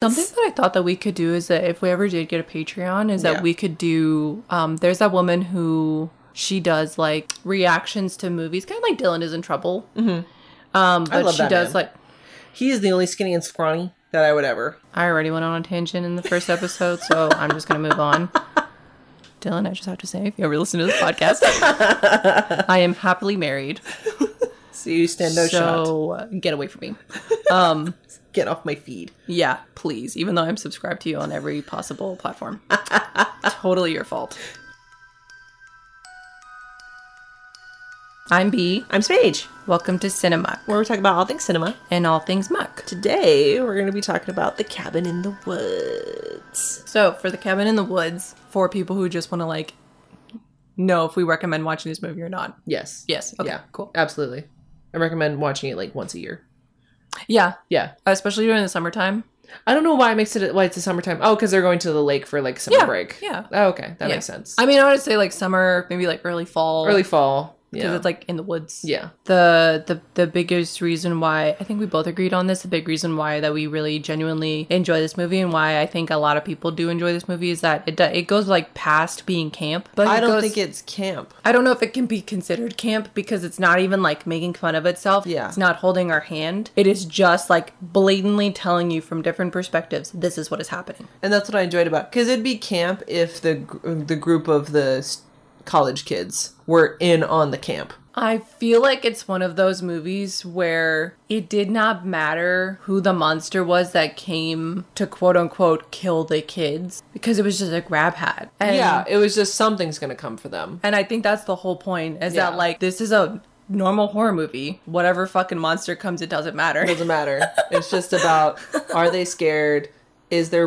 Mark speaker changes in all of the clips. Speaker 1: Something that I thought that we could do is that if we ever did get a Patreon, is that
Speaker 2: Yeah.
Speaker 1: we could do. Um, there's that woman who she does like reactions to movies, kind of like Dylan is in Trouble. Um, but
Speaker 2: Mm-hmm. love
Speaker 1: she
Speaker 2: that
Speaker 1: does
Speaker 2: man.
Speaker 1: like.
Speaker 2: He is the only skinny and scrawny that I would ever.
Speaker 1: I already went on a tangent in the first episode, so I'm just gonna move on. Dylan, I just have to say, if you ever listen to this podcast, I am happily married.
Speaker 2: So you stand no shot.
Speaker 1: so uh, get away from me. Um,
Speaker 2: Get off my feed.
Speaker 1: yeah, please. Even though I'm subscribed to you on every possible platform, totally your fault. I'm B.
Speaker 2: I'm Spage.
Speaker 1: Welcome to Cinema
Speaker 2: Where we talk about all things cinema.
Speaker 1: and all things muck.
Speaker 2: Today we're going to be talking about the cabin in the woods.
Speaker 1: So, for the cabin in the woods, for people who just want to like know if we recommend watching this movie or not.
Speaker 2: Yes.
Speaker 1: Yes. Okay.
Speaker 2: Yeah.
Speaker 1: Cool.
Speaker 2: Absolutely. I recommend watching it like once a year.
Speaker 1: Yeah,
Speaker 2: Yeah.
Speaker 1: especially during the summertime.
Speaker 2: I don't know why I mixed it. Why it's the summertime? Oh, because they're going to the lake for like summer
Speaker 1: Yeah,
Speaker 2: break.
Speaker 1: yeah.
Speaker 2: Oh, okay, that
Speaker 1: Yeah.
Speaker 2: makes sense.
Speaker 1: I mean, I would say like summer, maybe like early fall,
Speaker 2: Early fall.
Speaker 1: because
Speaker 2: Yeah.
Speaker 1: it's like in the woods.
Speaker 2: yeah.
Speaker 1: the the the biggest reason why I think we both agreed on this, the big reason why that we really genuinely enjoy this movie and why I think a lot of people do enjoy this movie is that it do- it goes like past being camp. But
Speaker 2: I
Speaker 1: it
Speaker 2: don't
Speaker 1: goes-
Speaker 2: think it's camp.
Speaker 1: I don't know if it can be considered camp because it's not even like making fun of itself.
Speaker 2: Yeah.
Speaker 1: It's not holding our hand. It is just like blatantly telling you from different perspectives this is what is happening.
Speaker 2: and that's what I enjoyed about. Because it'd be camp if the gr- the group of the s- college kids were in on the camp.
Speaker 1: I feel like it's one of those movies where it did not matter who the monster was that came to quote unquote kill the kids because it was just a grab hat. And,
Speaker 2: yeah, it was just something's gonna come for them.
Speaker 1: And I think that's the whole point is
Speaker 2: Yeah.
Speaker 1: that like this is a normal horror movie. Whatever fucking monster comes, it doesn't matter.
Speaker 2: Doesn't matter. it's just about are they scared? Is there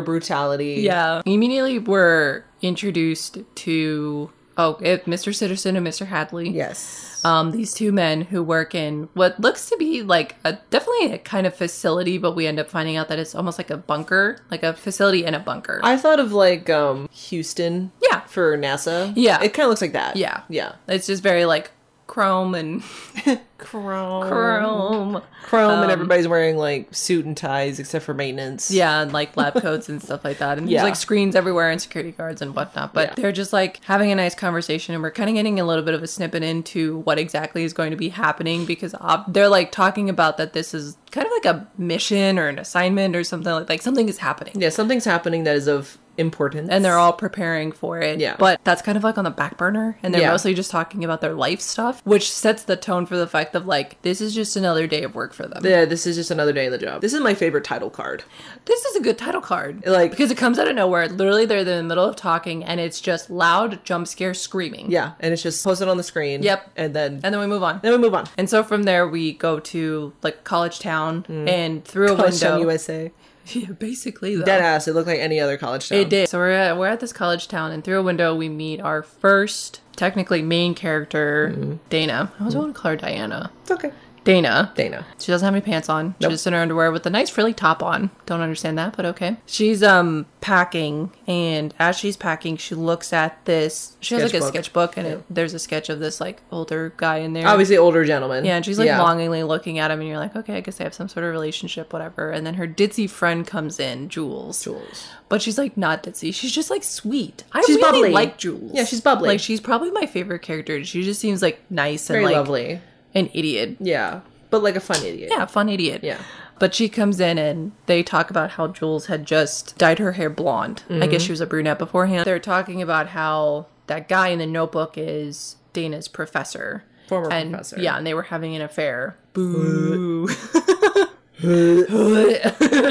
Speaker 2: brutality?
Speaker 1: yeah. Immediately we're introduced to, oh, it, Mr. Citizen and Mr. Hadley.
Speaker 2: Yes.
Speaker 1: um, these two men who work in what looks to be like a definitely a kind of facility, but we end up finding out that it's almost like a bunker, like a facility in a bunker.
Speaker 2: I thought of like um Houston.
Speaker 1: Yeah.
Speaker 2: For NASA.
Speaker 1: Yeah.
Speaker 2: It kind of looks like that.
Speaker 1: Yeah.
Speaker 2: Yeah.
Speaker 1: it's just very like chrome and
Speaker 2: Chrome.
Speaker 1: chrome,
Speaker 2: Chrome, and everybody's wearing like suit and ties except for maintenance.
Speaker 1: Um, yeah, and like lab coats and stuff like that. And
Speaker 2: Yeah.
Speaker 1: there's like screens everywhere and security guards and whatnot. But
Speaker 2: Yeah.
Speaker 1: they're just like having a nice conversation, and we're kind of getting a little bit of a snippet into what exactly is going to be happening because ob- they're like talking about that this is kind of like a mission or an assignment or something like like something is happening.
Speaker 2: Yeah. Something's happening that is of importance.
Speaker 1: and they're all preparing for it.
Speaker 2: Yeah.
Speaker 1: But that's kind of like on the back burner. And they're
Speaker 2: Yeah.
Speaker 1: mostly just talking about their life stuff, which sets the tone for the fact of like, this is just another day of work for them.
Speaker 2: Yeah, this is just another day in the job. This is my favorite title card.
Speaker 1: This is a good title card.
Speaker 2: Like-
Speaker 1: because it comes out of nowhere. Literally, they're in the middle of talking and it's just loud jump scare screaming.
Speaker 2: Yeah, and it's just posted on the screen.
Speaker 1: Yep.
Speaker 2: And then
Speaker 1: And then we move on.
Speaker 2: then we move on.
Speaker 1: And so from there, we go to like college town and through
Speaker 2: Mm. College
Speaker 1: a
Speaker 2: Town
Speaker 1: window.
Speaker 2: USA.
Speaker 1: Yeah, basically, though.
Speaker 2: Dead ass. It looked like any other college town.
Speaker 1: It did. So we're at, we're at this college town, and through a window we meet our first technically main character,
Speaker 2: Mm.
Speaker 1: Dana. I was going to call her Diana.
Speaker 2: It's okay.
Speaker 1: Dana.
Speaker 2: Dana.
Speaker 1: She doesn't have any pants on.
Speaker 2: Nope.
Speaker 1: She's just in her underwear with a nice frilly top on. Don't understand that, but okay. She's um packing, and as she's packing, she looks at this. She has like a
Speaker 2: Sketchbook.
Speaker 1: sketchbook, and it, there's a sketch of this like older guy in there.
Speaker 2: Obviously, older gentleman.
Speaker 1: Yeah, and she's like longingly looking at him, and you're like, okay, I guess they have some sort of relationship, whatever. And then her ditzy friend comes in, Jules.
Speaker 2: Jules.
Speaker 1: But she's like not ditzy. She's just like sweet. I
Speaker 2: She's
Speaker 1: really
Speaker 2: bubbly.
Speaker 1: like Jules.
Speaker 2: Yeah, she's bubbly.
Speaker 1: Like she's probably my favorite character. She just seems like nice and
Speaker 2: Very
Speaker 1: like
Speaker 2: lovely.
Speaker 1: an idiot.
Speaker 2: Yeah, but like a fun idiot.
Speaker 1: Yeah, fun idiot.
Speaker 2: Yeah.
Speaker 1: But she comes in and they talk about how Jules had just dyed her hair blonde. I
Speaker 2: Mm-hmm.
Speaker 1: guess she was a brunette beforehand. They're talking about how that guy in the notebook is Dana's professor.
Speaker 2: Former
Speaker 1: and,
Speaker 2: professor.
Speaker 1: Yeah, and they were having an affair. Boo.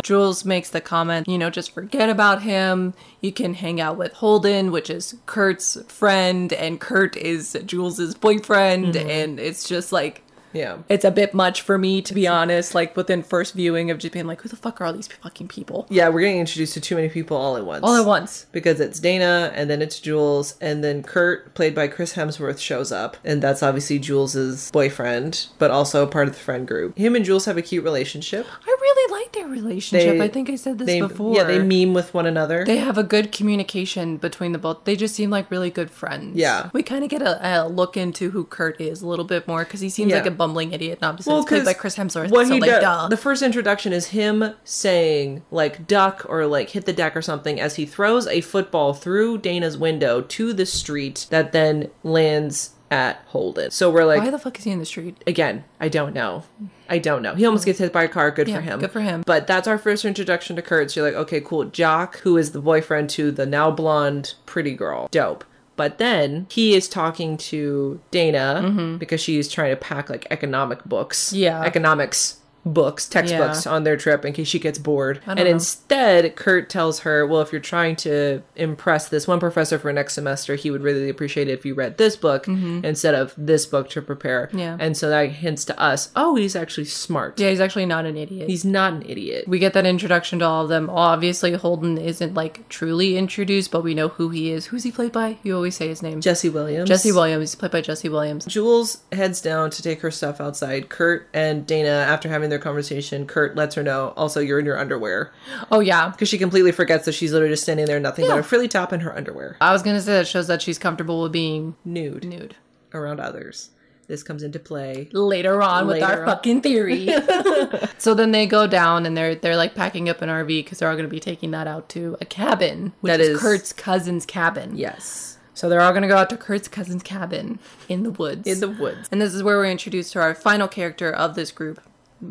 Speaker 1: Jules makes the comment, you know, just forget about him. You can hang out with Holden, which is Kurt's friend, and Kurt is Jules's boyfriend,
Speaker 2: Mm-hmm.
Speaker 1: and it's just like
Speaker 2: Yeah.
Speaker 1: it's a bit much for me to be honest. Like within first viewing of just being like, who the fuck are all these fucking people?
Speaker 2: Yeah, we're getting introduced to too many people all at once.
Speaker 1: All at once.
Speaker 2: Because it's Dana, and then it's Jules, and then Kurt, played by Chris Hemsworth, shows up, and that's obviously Jules's boyfriend, but also part of the friend group. Him and Jules have a cute relationship.
Speaker 1: I really like their great relationship.
Speaker 2: They-
Speaker 1: I think I said this
Speaker 2: They,
Speaker 1: before.
Speaker 2: yeah, they meme with one another.
Speaker 1: They have a good communication between the both. They just seem like really good friends.
Speaker 2: Yeah.
Speaker 1: we kind of get a, a look into who Kurt is a little bit more because he seems
Speaker 2: Yeah.
Speaker 1: like a bumbling idiot, and obviously it's played
Speaker 2: 'cause
Speaker 1: by Chris Hemsworth.
Speaker 2: What
Speaker 1: so
Speaker 2: he
Speaker 1: like,
Speaker 2: does-
Speaker 1: duh.
Speaker 2: the first introduction is him saying like duck or like hit the deck or something as he throws a football through Dana's window to the street that then lands at Holden. So we're like
Speaker 1: Why the fuck is he in the street?
Speaker 2: again, I don't know. I don't know. He almost gets hit by a car. Good
Speaker 1: Yeah,
Speaker 2: for him.
Speaker 1: good for him.
Speaker 2: But that's our first introduction to Kurt. So you're like, okay, cool. Jock, who is the boyfriend to the now blonde pretty girl. Dope. But then he is talking to Dana because she's trying to pack like economic books.
Speaker 1: Mm-hmm. Yeah.
Speaker 2: Economics books, textbooks on their trip in case she gets bored.
Speaker 1: don't
Speaker 2: And
Speaker 1: know.
Speaker 2: instead, Kurt tells her, well, if you're trying to impress this one professor for next semester, he would really appreciate it if you read this book instead of this book to prepare.
Speaker 1: Mm-hmm. Yeah.
Speaker 2: And so that hints to us, oh, he's actually smart.
Speaker 1: Yeah, he's actually not an idiot.
Speaker 2: He's not an idiot.
Speaker 1: we get that introduction to all of them. Obviously, Holden isn't like truly introduced, but we know who he is. Who's he played by? You always say his name.
Speaker 2: Jesse Williams.
Speaker 1: Jesse Williams. He's played by Jesse Williams.
Speaker 2: Jules heads down to take her stuff outside. Kurt and Dana, after having their conversation, Kurt lets her know, also, you're in your underwear.
Speaker 1: Oh yeah.
Speaker 2: Because she completely forgets that she's literally just standing there, nothing but a frilly top and her underwear.
Speaker 1: I was gonna say that shows that she's comfortable with being
Speaker 2: Nude.
Speaker 1: nude.
Speaker 2: around others. This comes into play.
Speaker 1: later on with
Speaker 2: Later
Speaker 1: our
Speaker 2: on.
Speaker 1: fucking theory. so then they go down and they're they're like packing up an RV because they're all going to be taking that out to a cabin, which
Speaker 2: That
Speaker 1: is,
Speaker 2: is-
Speaker 1: Kurt's cousin's cabin.
Speaker 2: Yes.
Speaker 1: So they're all going to go out to Kurt's cousin's cabin in the woods.
Speaker 2: In the woods.
Speaker 1: and this is where we're introduced to our final character of this group.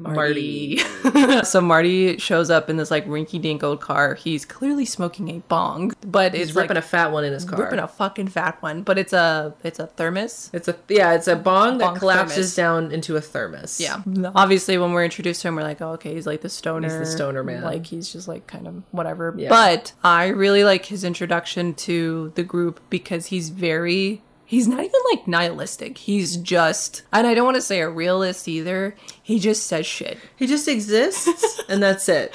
Speaker 2: Marty.
Speaker 1: so Marty shows up in this like rinky-dink old car. He's clearly smoking a bong, but
Speaker 2: He's
Speaker 1: it's
Speaker 2: ripping
Speaker 1: like,
Speaker 2: a fat one in his car.
Speaker 1: ripping a fucking fat one. But it's a it's a thermos.
Speaker 2: It's a yeah, it's a bong that
Speaker 1: Bong thermos.
Speaker 2: collapses down into a thermos.
Speaker 1: Yeah. Obviously, when we're introdued to him, we're like, oh, okay, he's like the stoner.
Speaker 2: He's the stoner man.
Speaker 1: Like, he's just like kind of whatever.
Speaker 2: Yeah.
Speaker 1: But I really like his introduction to the group because he's very. He's not even like nihilistic. He's just, and I don't want to say a realist either. He just says shit.
Speaker 2: He just exists and that's it.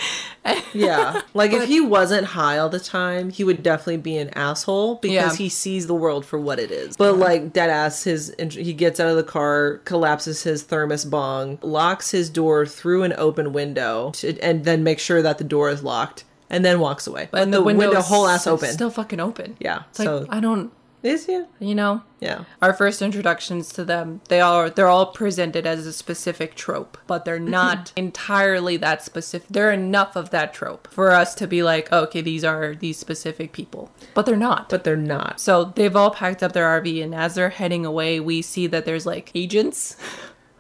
Speaker 2: Yeah. Like if he wasn't high all the time, he would definitely be an asshole because
Speaker 1: Yeah.
Speaker 2: he sees the world for what it is. But like dead ass his int- he gets out of the car, collapses his thermos bong, locks his door through an open window to, and then makes sure that the door is locked and then walks away.
Speaker 1: But
Speaker 2: and the, window,
Speaker 1: is
Speaker 2: whole ass
Speaker 1: still-
Speaker 2: open.
Speaker 1: Still fucking open.
Speaker 2: yeah.
Speaker 1: It's like,
Speaker 2: so
Speaker 1: I don't,
Speaker 2: is yeah.
Speaker 1: you know,
Speaker 2: Yeah.
Speaker 1: our first introductions to them they are they're all presented as a specific trope but
Speaker 2: Mhm.
Speaker 1: they're not entirely that specific they're enough of that trope for us to be like oh, okay these are these specific people but they're not
Speaker 2: But they're not.
Speaker 1: so they've all packed up their rv and as they're heading away we see that there's like agents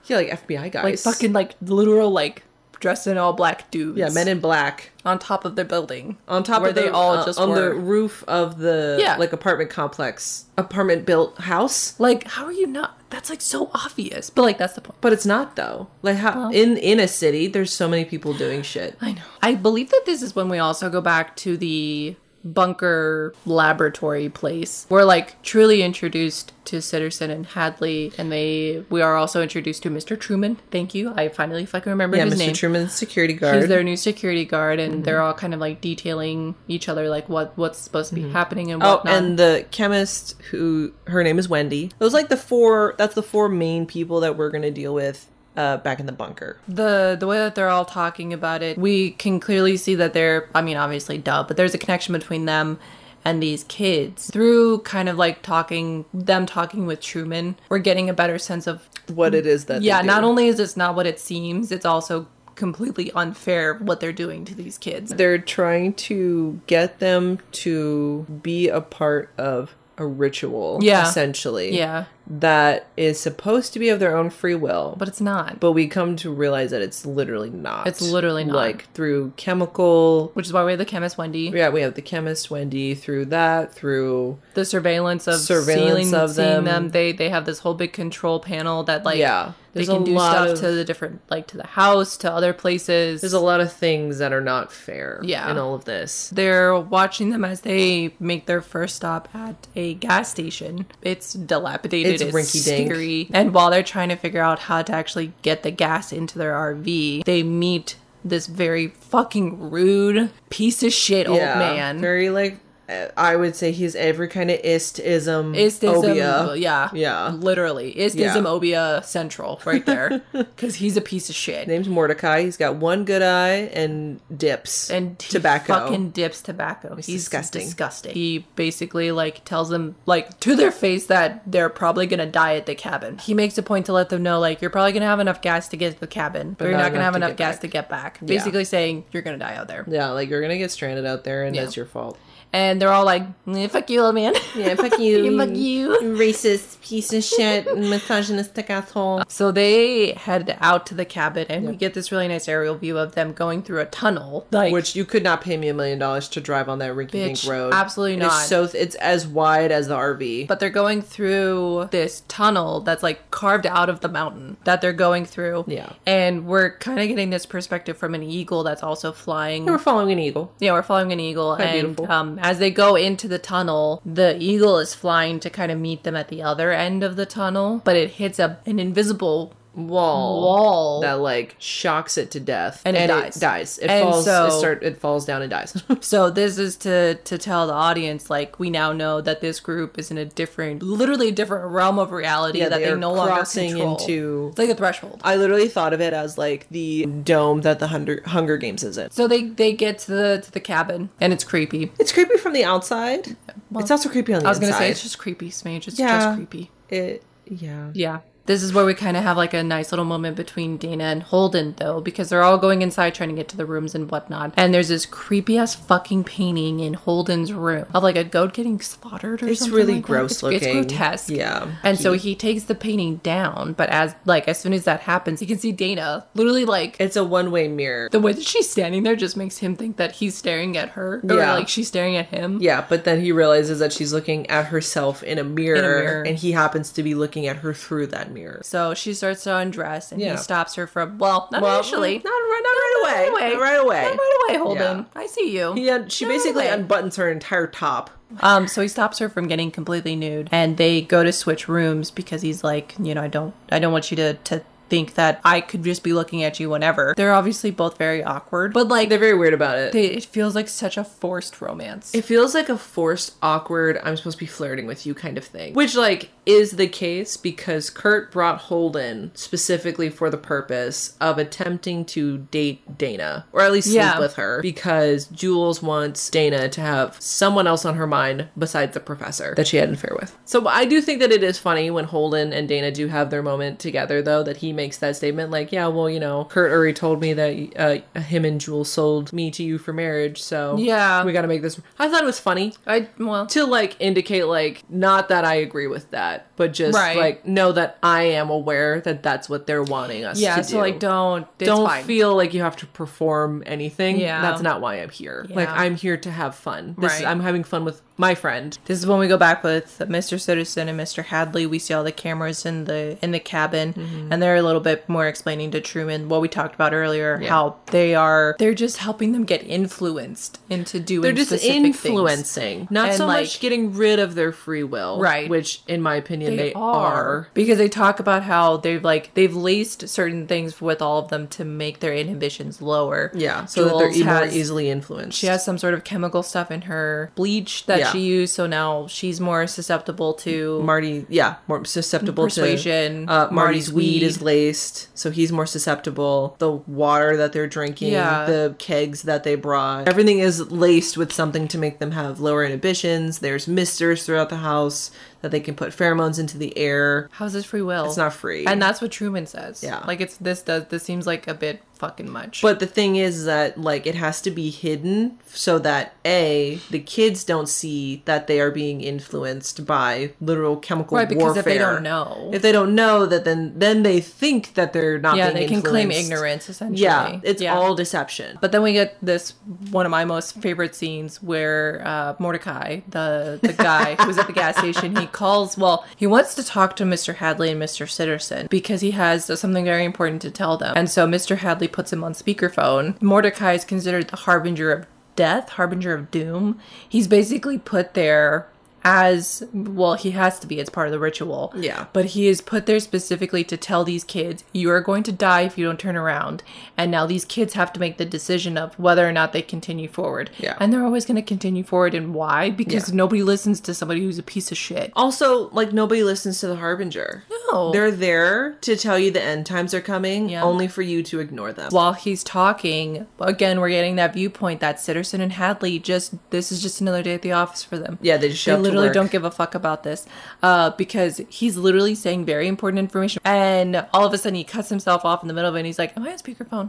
Speaker 2: Yeah, like FBI guys.
Speaker 1: like fucking like literal like dressed in all black dudes
Speaker 2: yeah, men in black
Speaker 1: on top of their building
Speaker 2: on top
Speaker 1: Where
Speaker 2: of the,
Speaker 1: they all
Speaker 2: uh,
Speaker 1: just
Speaker 2: on the
Speaker 1: were.
Speaker 2: roof of the
Speaker 1: Yeah.
Speaker 2: like apartment complex, apartment built house.
Speaker 1: like how are you not that's like so obvious but like that's the point
Speaker 2: But it's not though. Like how in in a city, there's so many people doing shit.
Speaker 1: I know. I believe that this is when we also go back to the bunker laboratory place. We're like truly introduced to Sitterson and Hadley, and they we are also introduced to Mr. Truman. Thank you. I finally fucking remember
Speaker 2: Yeah, Mm-hmm.
Speaker 1: his
Speaker 2: Mr.
Speaker 1: name.
Speaker 2: Truman's security
Speaker 1: He's
Speaker 2: guard.
Speaker 1: their new security guard, and they're all kind of like detailing each other, like what what's supposed to be happening and
Speaker 2: Oh,
Speaker 1: whatnot.
Speaker 2: and the chemist who her name is Wendy. Those like the four. That's the four main people that we're gonna deal with uh, back in the bunker.
Speaker 1: the the way that they're all talking about it we can clearly see that they're i mean obviously duh but there's a connection between them and these kids through kind of like talking them talking with truman we're getting a better sense of
Speaker 2: What it is that? they
Speaker 1: yeah
Speaker 2: do.
Speaker 1: not only is this not what it seems it's also completely unfair what they're doing to these kids
Speaker 2: they're trying to get them to be a part of a ritual
Speaker 1: Yeah.
Speaker 2: essentially
Speaker 1: yeah
Speaker 2: that is supposed to be of their own free will
Speaker 1: but it's not
Speaker 2: but we come to realize that it's literally not
Speaker 1: It's literally not.
Speaker 2: like through chemical
Speaker 1: which is why we have the chemist wendy
Speaker 2: yeah we have the chemist wendy through that through
Speaker 1: the surveillance of
Speaker 2: Surveillance
Speaker 1: seeing,
Speaker 2: of
Speaker 1: seeing
Speaker 2: them.
Speaker 1: them they they have this whole big control panel that like
Speaker 2: yeah
Speaker 1: they
Speaker 2: there's
Speaker 1: can
Speaker 2: a
Speaker 1: do
Speaker 2: lot
Speaker 1: stuff
Speaker 2: of,
Speaker 1: to the different like to the house to other places
Speaker 2: there's a lot of things that are not fair
Speaker 1: Yeah.
Speaker 2: in all of this
Speaker 1: they're watching them as they make their first stop at a gas station. It's dilapidated,
Speaker 2: It's
Speaker 1: it's,
Speaker 2: rinky-dink.
Speaker 1: scary. And while they're trying to figure out how to actually get the gas into their RV, they meet this very fucking rude piece of shit old man.
Speaker 2: very like uh, I would say he's every kind of istism.
Speaker 1: Istism,
Speaker 2: obia.
Speaker 1: yeah,
Speaker 2: Yeah.
Speaker 1: literally istism
Speaker 2: Yeah.
Speaker 1: obia central right there, because he's a piece of shit.
Speaker 2: Name's Mordecai. He's got one good eye and dips
Speaker 1: and he
Speaker 2: tobacco.
Speaker 1: fucking dips tobacco. He's
Speaker 2: disgusting.
Speaker 1: disgusting. disgusting. He basically like tells them like to their face that they're probably gonna die at the cabin. He makes a point to let them know like you're probably gonna have enough gas to get to the cabin, but, you're
Speaker 2: not
Speaker 1: not gonna
Speaker 2: enough
Speaker 1: have
Speaker 2: to
Speaker 1: enough
Speaker 2: get
Speaker 1: gas
Speaker 2: back.
Speaker 1: to get back. Basically saying you're gonna die out there.
Speaker 2: yeah, like you're gonna get stranded out there, and
Speaker 1: Yeah.
Speaker 2: that's your fault.
Speaker 1: And they're all like, "Eh, "Fuck you, old man."
Speaker 2: Yeah, fuck you.
Speaker 1: Fuck you.
Speaker 2: Racist piece of shit, misogynistic asshole.
Speaker 1: So they head out to the cabin, and we get this really nice aerial view of them going through a tunnel. Like,
Speaker 2: Which you could not pay me a million dollars to drive on that rinky-dink
Speaker 1: Bitch,
Speaker 2: road.
Speaker 1: absolutely
Speaker 2: It is
Speaker 1: not.
Speaker 2: so th- it's as wide as the RV.
Speaker 1: but they're going through this tunnel that's like carved out of the mountain that they're going through.
Speaker 2: Yeah.
Speaker 1: And we're kind of getting this perspective from an eagle that's also flying.
Speaker 2: we're following an eagle.
Speaker 1: Yeah, we're following an eagle, and
Speaker 2: beautiful.
Speaker 1: um, as they go into the tunnel, the eagle is flying to kind of meet them at the other end of the tunnel, but it hits a an invisible
Speaker 2: Wall.
Speaker 1: wall.
Speaker 2: that like shocks it to death
Speaker 1: And it dies.
Speaker 2: It, dies. it
Speaker 1: And
Speaker 2: falls.
Speaker 1: so-
Speaker 2: it, start, it falls down and dies.
Speaker 1: So this is to to tell the audience like we now know that this group is in a different, literally a different realm of reality
Speaker 2: Yeah,
Speaker 1: that
Speaker 2: they
Speaker 1: they,
Speaker 2: are
Speaker 1: no longer
Speaker 2: crossing
Speaker 1: control.
Speaker 2: into-
Speaker 1: It's like a threshold.
Speaker 2: I literally thought of it as like the dome that the Hunger, Hunger Games is in.
Speaker 1: So they they get to the to the cabin and it's creepy.
Speaker 2: It's creepy from the outside.
Speaker 1: Well,
Speaker 2: it's also creepy on the
Speaker 1: I was
Speaker 2: inside.
Speaker 1: gonna say it's just creepy, Smage. It's
Speaker 2: Yeah.
Speaker 1: just creepy.
Speaker 2: it, yeah.
Speaker 1: Yeah. This is where we kind of have like a nice little moment between Dana and Holden, though, because they're all going inside trying to get to the rooms and whatnot. And there's this creepy ass fucking painting in Holden's room of like a goat getting slaughtered or
Speaker 2: It's
Speaker 1: something.
Speaker 2: really
Speaker 1: like that.
Speaker 2: gross
Speaker 1: It's- It's
Speaker 2: looking.
Speaker 1: grotesque.
Speaker 2: Yeah.
Speaker 1: And so he takes the painting down, but as like as soon as that happens, you can see Dana literally like
Speaker 2: It's a one way mirror.
Speaker 1: the way that she's standing there just makes him think that he's staring at her or
Speaker 2: Yeah.
Speaker 1: like she's staring at him.
Speaker 2: yeah, but then he realizes that she's looking at herself in a, mirror,
Speaker 1: mirror.
Speaker 2: and he happens to be looking at her through that mirror.
Speaker 1: So she starts to undress and
Speaker 2: Yeah.
Speaker 1: he stops her from well, not
Speaker 2: Well,
Speaker 1: initially.
Speaker 2: not, right, not right away. Not right away.
Speaker 1: Not right away, Holden.
Speaker 2: Yeah.
Speaker 1: I see you.
Speaker 2: He un- she
Speaker 1: Not right
Speaker 2: basically
Speaker 1: away.
Speaker 2: unbuttons her entire top.
Speaker 1: Um, so he stops her from getting completely nude, and they go to switch rooms because he's like, you know, I don't, I don't want you to to think that I could just be looking at you whenever. They're obviously both very awkward, but like,
Speaker 2: They're very weird about it.
Speaker 1: they, it feels like such a forced romance.
Speaker 2: It feels like a forced, awkward, I'm supposed to be flirting with you kind of thing. Which, like, is the case because Kurt brought Holden specifically for the purpose of attempting to date Dana, or at least sleep
Speaker 1: Yeah.
Speaker 2: with her, because Jules wants Dana to have someone else on her mind besides the professor that she had an affair with. So I do think that it is funny when Holden and Dana do have their moment together, though, that he makes that statement, like, yeah, well, you know, Kurt already told me that uh, him and Jules sold me to you for marriage, so
Speaker 1: Yeah.
Speaker 2: we gotta make this. I thought it was funny
Speaker 1: I well,
Speaker 2: to like indicate like not that I agree with that, but just
Speaker 1: Right.
Speaker 2: like know that I am aware that that's what they're wanting us.
Speaker 1: yeah.
Speaker 2: to
Speaker 1: So
Speaker 2: do.
Speaker 1: like, don't it's
Speaker 2: don't
Speaker 1: fine.
Speaker 2: feel like you have to perform anything.
Speaker 1: Yeah.
Speaker 2: that's not why I'm here. Like
Speaker 1: Yeah.
Speaker 2: I'm here to have fun. This
Speaker 1: Right.
Speaker 2: I'm having fun with my friend.
Speaker 1: This is when we go back with Mr. Citizen and Mr. Hadley. We see all the cameras in the in the cabin,
Speaker 2: Mm-hmm.
Speaker 1: and they're a little bit more explaining to Truman what we talked about earlier. How they are they're just helping them get influenced into doing
Speaker 2: They're just
Speaker 1: specific things.
Speaker 2: influencing, not
Speaker 1: And,
Speaker 2: so much
Speaker 1: like-
Speaker 2: getting rid of their free will,
Speaker 1: Right.
Speaker 2: Which, in my opinion, they,
Speaker 1: They are because they talk about how they've like they've laced certain things with all of them to make their inhibitions lower.
Speaker 2: Yeah, so that they're
Speaker 1: Jules
Speaker 2: e- more
Speaker 1: has-
Speaker 2: easily influenced.
Speaker 1: she has some sort of chemical stuff in her bleach that
Speaker 2: Yeah.
Speaker 1: she used, so now she's more susceptible to
Speaker 2: Marty, yeah, more susceptible
Speaker 1: Persuasion,
Speaker 2: to uh, Marty's,
Speaker 1: Marty's
Speaker 2: weed.
Speaker 1: weed.
Speaker 2: is laced, so he's more susceptible. The water that they're drinking,
Speaker 1: Yeah.
Speaker 2: the kegs that they brought, everything is laced with something to make them have lower inhibitions. There's misters throughout the house that they can put pheromones into the air.
Speaker 1: How's this free will?
Speaker 2: It's not free.
Speaker 1: And that's what Truman says.
Speaker 2: Yeah.
Speaker 1: Like it's this does this seems like a bit fucking much.
Speaker 2: But the thing is that like it has to be hidden so that a the kids don't see that they are being influenced by literal chemical
Speaker 1: Right, because
Speaker 2: warfare.
Speaker 1: if they don't know-
Speaker 2: if they don't know that, then then they think that they're not.
Speaker 1: yeah,
Speaker 2: being
Speaker 1: they can claim
Speaker 2: influenced.
Speaker 1: ignorance essentially.
Speaker 2: Yeah, it's
Speaker 1: Yeah.
Speaker 2: all deception.
Speaker 1: But then we get this one of my most favorite scenes where uh, Mordecai, the the guy who's at the gas station, he calls. Well, he wants to talk to Mr. Hadley and Mr. Sitterson because he has something very important to tell them. And so Mr. Hadley puts him on speakerphone. Mordecai is considered the harbinger of death, harbinger of doom. He's basically put there as well, he has to be, it's part of the ritual.
Speaker 2: Yeah.
Speaker 1: But he is put there specifically to tell these kids, you are going to die if you don't turn around. And now these kids have to make the decision of whether or not they continue forward.
Speaker 2: Yeah.
Speaker 1: And they're always going to continue forward. And why? Because
Speaker 2: Yeah.
Speaker 1: nobody listens to somebody who's a piece of shit.
Speaker 2: Also, like nobody listens to the Harbinger.
Speaker 1: No.
Speaker 2: They're there to tell you the end times are coming,
Speaker 1: Yeah.
Speaker 2: only for you to ignore them.
Speaker 1: while he's talking, again, we're getting that viewpoint that Sitterson and Hadley just this is just another day at the office for them.
Speaker 2: yeah, they just show
Speaker 1: They
Speaker 2: up to
Speaker 1: literally
Speaker 2: work.
Speaker 1: don't give a fuck about this uh, because he's literally saying very important information. And all of a sudden he cuts himself off in the middle of it and he's like, Am I on speakerphone?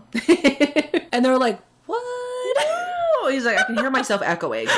Speaker 1: and they're like, What?
Speaker 2: Oh, he's like, I can hear myself echoing.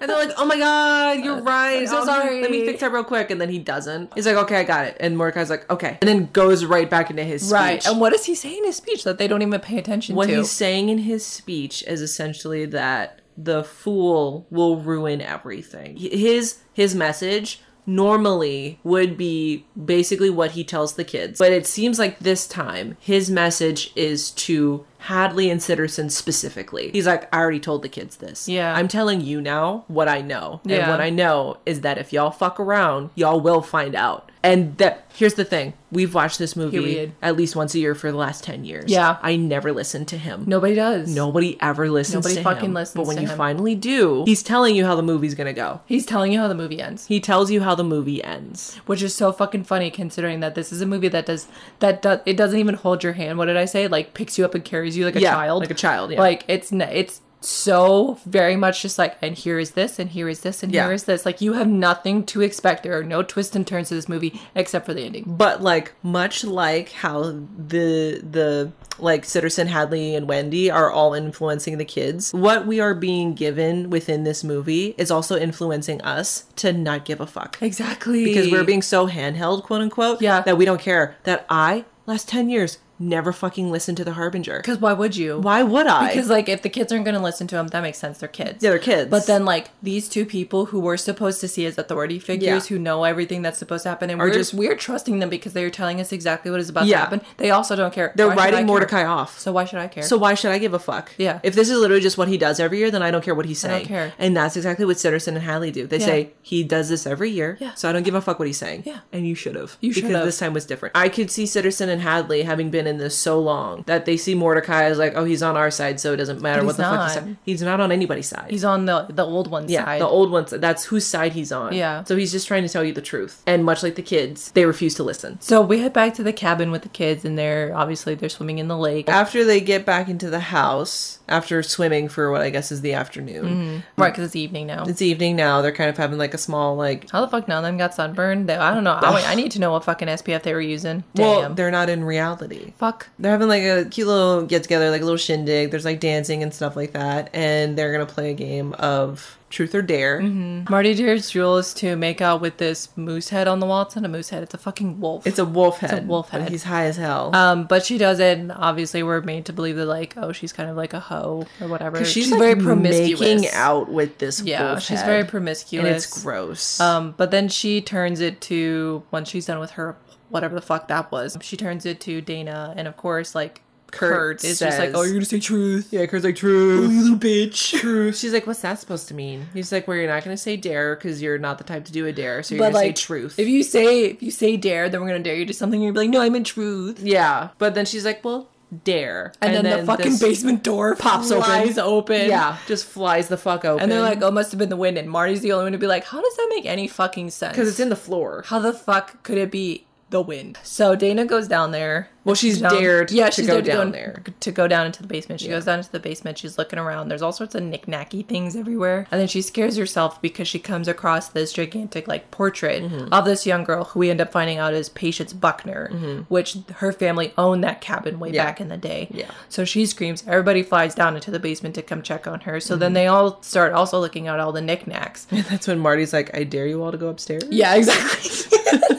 Speaker 2: And they're like, oh my God, you're right.
Speaker 1: I'm so
Speaker 2: Oh, here, Let me
Speaker 1: sorry."
Speaker 2: fix that real quick. And then he doesn't. He's like, okay, I got it. And Mordecai's like, okay. And then goes right back into his speech.
Speaker 1: Right. And what does he say in his speech that they don't even pay attention
Speaker 2: what
Speaker 1: to?
Speaker 2: he's saying in his speech is essentially that the fool will ruin everything. His his message normally would be basically what he tells the kids. But it seems like this time his message is to Hadley and Sitterson specifically. He's like, I already told the kids this.
Speaker 1: Yeah.
Speaker 2: I'm telling you now what I know. And
Speaker 1: Yeah.
Speaker 2: what I know is that if y'all fuck around, y'all will find out. And that here's the thing. We've watched this movie
Speaker 1: Period.
Speaker 2: at least once a year for the last 10 years.
Speaker 1: Yeah.
Speaker 2: I never listened to him.
Speaker 1: Nobody does.
Speaker 2: Nobody ever listens
Speaker 1: Nobody
Speaker 2: to
Speaker 1: fucking
Speaker 2: him.
Speaker 1: listens
Speaker 2: But when
Speaker 1: to
Speaker 2: you
Speaker 1: him.
Speaker 2: finally do, he's telling you how the movie's gonna go.
Speaker 1: He's telling you how the movie ends.
Speaker 2: He tells you how the movie ends.
Speaker 1: which is so fucking funny considering that this is a movie that does that does it doesn't even hold your hand. What did I say? Like picks you up and carries you like a
Speaker 2: Yeah,
Speaker 1: child,
Speaker 2: like a child, yeah.
Speaker 1: Like it's n- it's so very much just like and here is this and here is this and
Speaker 2: Yeah.
Speaker 1: here is this. Like you have nothing to expect. There are no twists and turns to this movie except for the ending.
Speaker 2: But like much like how the the like Sitterson, Hadley, and Wendy are all influencing the kids, what we are being given within this movie is also influencing us to not give a fuck.
Speaker 1: Exactly
Speaker 2: Because we're being so handheld, quote unquote,
Speaker 1: Yeah.
Speaker 2: that we don't care. That I, last ten years, never fucking listened to the Harbinger.
Speaker 1: because why would you?
Speaker 2: Why would I?
Speaker 1: Because like if the kids aren't going to listen to him, that makes sense. They're kids.
Speaker 2: Yeah, they're kids.
Speaker 1: But then like these two people who we're supposed to see as authority figures
Speaker 2: Yeah.
Speaker 1: who know everything that's supposed to happen, and we're
Speaker 2: just-
Speaker 1: just we're trusting them because they're telling us exactly what is about
Speaker 2: Yeah.
Speaker 1: to happen. They also don't care.
Speaker 2: they're
Speaker 1: Why should I
Speaker 2: writing
Speaker 1: care?
Speaker 2: Mordecai off.
Speaker 1: So why should I care?
Speaker 2: So why should I give a fuck?
Speaker 1: Yeah.
Speaker 2: If this is literally just what he does every year, then I don't care what he's
Speaker 1: don't
Speaker 2: saying.
Speaker 1: care.
Speaker 2: And that's exactly what Sitterson and Hadley do. They
Speaker 1: Yeah.
Speaker 2: say he does this every year,
Speaker 1: Yeah.
Speaker 2: so I don't give a fuck what he's saying.
Speaker 1: Yeah.
Speaker 2: And you should have.
Speaker 1: You
Speaker 2: because
Speaker 1: should've.
Speaker 2: this time was different. I could see Sitterson and Hadley having been in this so long that they see Mordecai as like, oh, he's on our side, so it doesn't matter
Speaker 1: But
Speaker 2: what
Speaker 1: he's
Speaker 2: the fuck he's
Speaker 1: not.
Speaker 2: saying. He's not on anybody's side.
Speaker 1: he's on the the old one's
Speaker 2: yeah,
Speaker 1: side.
Speaker 2: the old ones. That's whose side he's on.
Speaker 1: Yeah.
Speaker 2: So he's just trying to tell you the truth. And much like the kids, they refuse to listen.
Speaker 1: so we head back to the cabin with the kids, and they're obviously they're swimming in the lake.
Speaker 2: After they get back into the house, after swimming for what I guess is the afternoon,
Speaker 1: Right, because it's evening now.
Speaker 2: it's evening now. They're kind of having like a small like.
Speaker 1: How the fuck none of them got sunburned? They, I don't know. I, I need to know what fucking SPF they were using. Damn.
Speaker 2: Well, they're not in reality.
Speaker 1: fuck.
Speaker 2: They're having like a cute little get together, like a little shindig. There's like dancing and stuff like that, and they're gonna play a game of truth or dare.
Speaker 1: Mm-hmm. Marty Deer's rule is to make out with this moose head on the wall. It's not a moose head. It's a fucking wolf.
Speaker 2: It's a wolf head.
Speaker 1: wolf
Speaker 2: but
Speaker 1: head.
Speaker 2: He's high as hell.
Speaker 1: Um, but she does it, and obviously we're made to believe that like, oh, she's kind of like a hoe or whatever.
Speaker 2: she's like,
Speaker 1: very promiscuous.
Speaker 2: making out with this.
Speaker 1: yeah,
Speaker 2: wolf
Speaker 1: she's
Speaker 2: head,
Speaker 1: very
Speaker 2: and it's
Speaker 1: promiscuous.
Speaker 2: gross.
Speaker 1: um, but then she turns it to once she's done with her whatever the fuck that was. She turns it to Dana, and of course, like
Speaker 2: Kurt
Speaker 1: Kurt, is just like,
Speaker 2: says-
Speaker 1: oh, you're gonna say truth.
Speaker 2: yeah, Kurt's like truth.
Speaker 1: You little bitch.
Speaker 2: truth. She's like, what's that supposed to mean? He's like, well, you're not going to say dare because you're not the type to do a dare. So you're
Speaker 1: But
Speaker 2: going
Speaker 1: like
Speaker 2: to say truth.
Speaker 1: If you say if you say dare, then we're gonna dare you to something. And you're like, no, I meant truth.
Speaker 2: yeah. But then she's like, well, dare.
Speaker 1: And, then, the fucking
Speaker 2: this-
Speaker 1: basement door pops
Speaker 2: open.
Speaker 1: open. open.
Speaker 2: Yeah. Just flies the fuck open.
Speaker 1: And they're like, oh, must have been the wind. And Marty's the only one to be like, how does that make any fucking sense?
Speaker 2: because it's in the floor.
Speaker 1: how the fuck could it be the wind? So Dana goes down there.
Speaker 2: Well, she's dared
Speaker 1: Yeah,
Speaker 2: to
Speaker 1: she's
Speaker 2: go
Speaker 1: dared to go
Speaker 2: down
Speaker 1: down
Speaker 2: there.
Speaker 1: there to go down into the basement. She goes down into the basement. She's looking around. There's all sorts of knickknacky things everywhere. And then she scares herself because she comes across this gigantic like portrait
Speaker 2: Mm-hmm.
Speaker 1: of this young girl who we end up finding out is Patience Buckner, which her family owned that cabin way
Speaker 2: Mm-hmm. Yeah.
Speaker 1: back in the day.
Speaker 2: Yeah.
Speaker 1: So she screams. Everybody flies down into the basement to come check on her. So then
Speaker 2: Mm-hmm.
Speaker 1: they all start also looking at all the knickknacks.
Speaker 2: And that's when Marty's like, I dare you all to go upstairs.
Speaker 1: Yeah, exactly.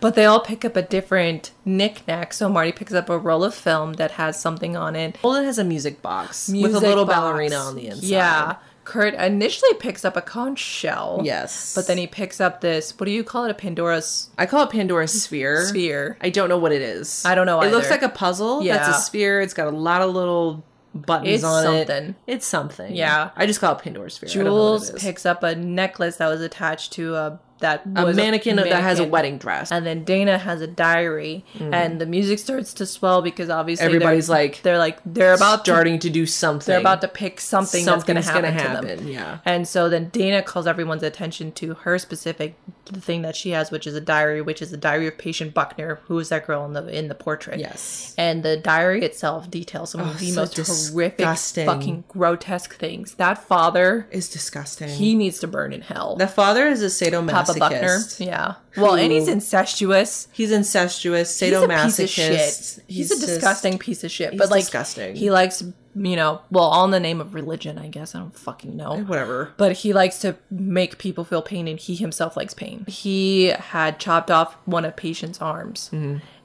Speaker 1: but they all pick up a different knickknack. So Marty picks up a roll of film that has something on it.
Speaker 2: Well, it has a music box with
Speaker 1: Music
Speaker 2: a little
Speaker 1: box.
Speaker 2: ballerina on the inside.
Speaker 1: Yeah. Kurt initially picks up a conch shell.
Speaker 2: Yes.
Speaker 1: But then he picks up this, what do you call it? A Pandora's
Speaker 2: I call it Pandora's sphere.
Speaker 1: sphere.
Speaker 2: I don't know what it is.
Speaker 1: I don't know
Speaker 2: It looks
Speaker 1: either.
Speaker 2: like a puzzle.
Speaker 1: Yeah.
Speaker 2: That's a sphere. It's got a lot of little buttons
Speaker 1: It's
Speaker 2: on it.
Speaker 1: something.
Speaker 2: It's something.
Speaker 1: Yeah.
Speaker 2: I just call it Pandora's sphere. I don't know what
Speaker 1: Jules
Speaker 2: it is.
Speaker 1: picks up a necklace that was attached to a that
Speaker 2: a
Speaker 1: was
Speaker 2: mannequin, that has a
Speaker 1: mannequin.
Speaker 2: wedding dress.
Speaker 1: And then Dana has a diary, and the music starts to swell because obviously they're-
Speaker 2: Everybody's like
Speaker 1: they're like they're about to,
Speaker 2: starting to do something.
Speaker 1: they're about to pick something
Speaker 2: Something's
Speaker 1: that's going to
Speaker 2: gonna
Speaker 1: happen to them.
Speaker 2: happen, yeah.
Speaker 1: And so then Dana calls everyone's attention to her specific the thing that she has, which is a diary, which is the diary of Patient Buckner, who is that girl in the in the portrait.
Speaker 2: Yes. Oh,
Speaker 1: And the diary itself details some of the
Speaker 2: so
Speaker 1: most
Speaker 2: disgusting.
Speaker 1: horrific, fucking grotesque things. That father,
Speaker 2: It's disgusting.
Speaker 1: he needs to burn in hell.
Speaker 2: the father is a
Speaker 1: Papa
Speaker 2: sadomasochist.
Speaker 1: Buckner, yeah. Well, and he's
Speaker 2: Who-
Speaker 1: incestuous.
Speaker 2: He's incestuous,
Speaker 1: He's a
Speaker 2: sadomasochist.
Speaker 1: piece of shit. He's, a
Speaker 2: just-
Speaker 1: disgusting piece of shit.
Speaker 2: he's
Speaker 1: But like,
Speaker 2: disgusting.
Speaker 1: he likes, you know, well, all in the name of religion, I guess. I don't fucking know.
Speaker 2: whatever.
Speaker 1: but he likes to make people feel pain and he himself likes pain he had chopped off one of patient's arms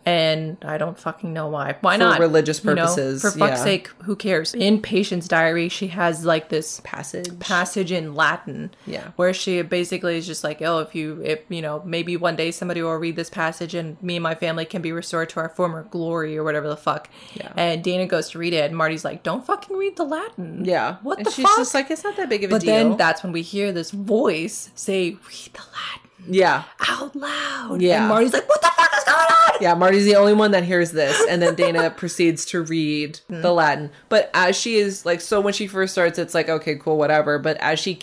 Speaker 1: and i don't fucking know why why
Speaker 2: Mm-hmm. For
Speaker 1: not
Speaker 2: religious
Speaker 1: You know,
Speaker 2: purposes,
Speaker 1: for fuck's
Speaker 2: yeah.
Speaker 1: sake who cares in patient's diary she has like this
Speaker 2: Passage.
Speaker 1: passage in latin
Speaker 2: Yeah.
Speaker 1: where she basically is just like oh if you if you know maybe one day somebody will read this passage and me and my family can be restored to our former glory or whatever the fuck
Speaker 2: Yeah.
Speaker 1: and dana goes to read it and marty's like don't fucking read the latin
Speaker 2: yeah.
Speaker 1: what
Speaker 2: and
Speaker 1: the
Speaker 2: she's
Speaker 1: fuck
Speaker 2: just like, it's not that big of a
Speaker 1: but
Speaker 2: deal.
Speaker 1: then that's when we hear this voice say, read the Latin
Speaker 2: yeah.
Speaker 1: out loud.
Speaker 2: Yeah.
Speaker 1: And Marty's like, what the fuck is going on?
Speaker 2: Yeah, Marty's the only one that hears this, and then Dana proceeds to read
Speaker 1: Hmm.
Speaker 2: the Latin. But as she is like, so when she first starts, it's like, okay, cool, whatever. But as she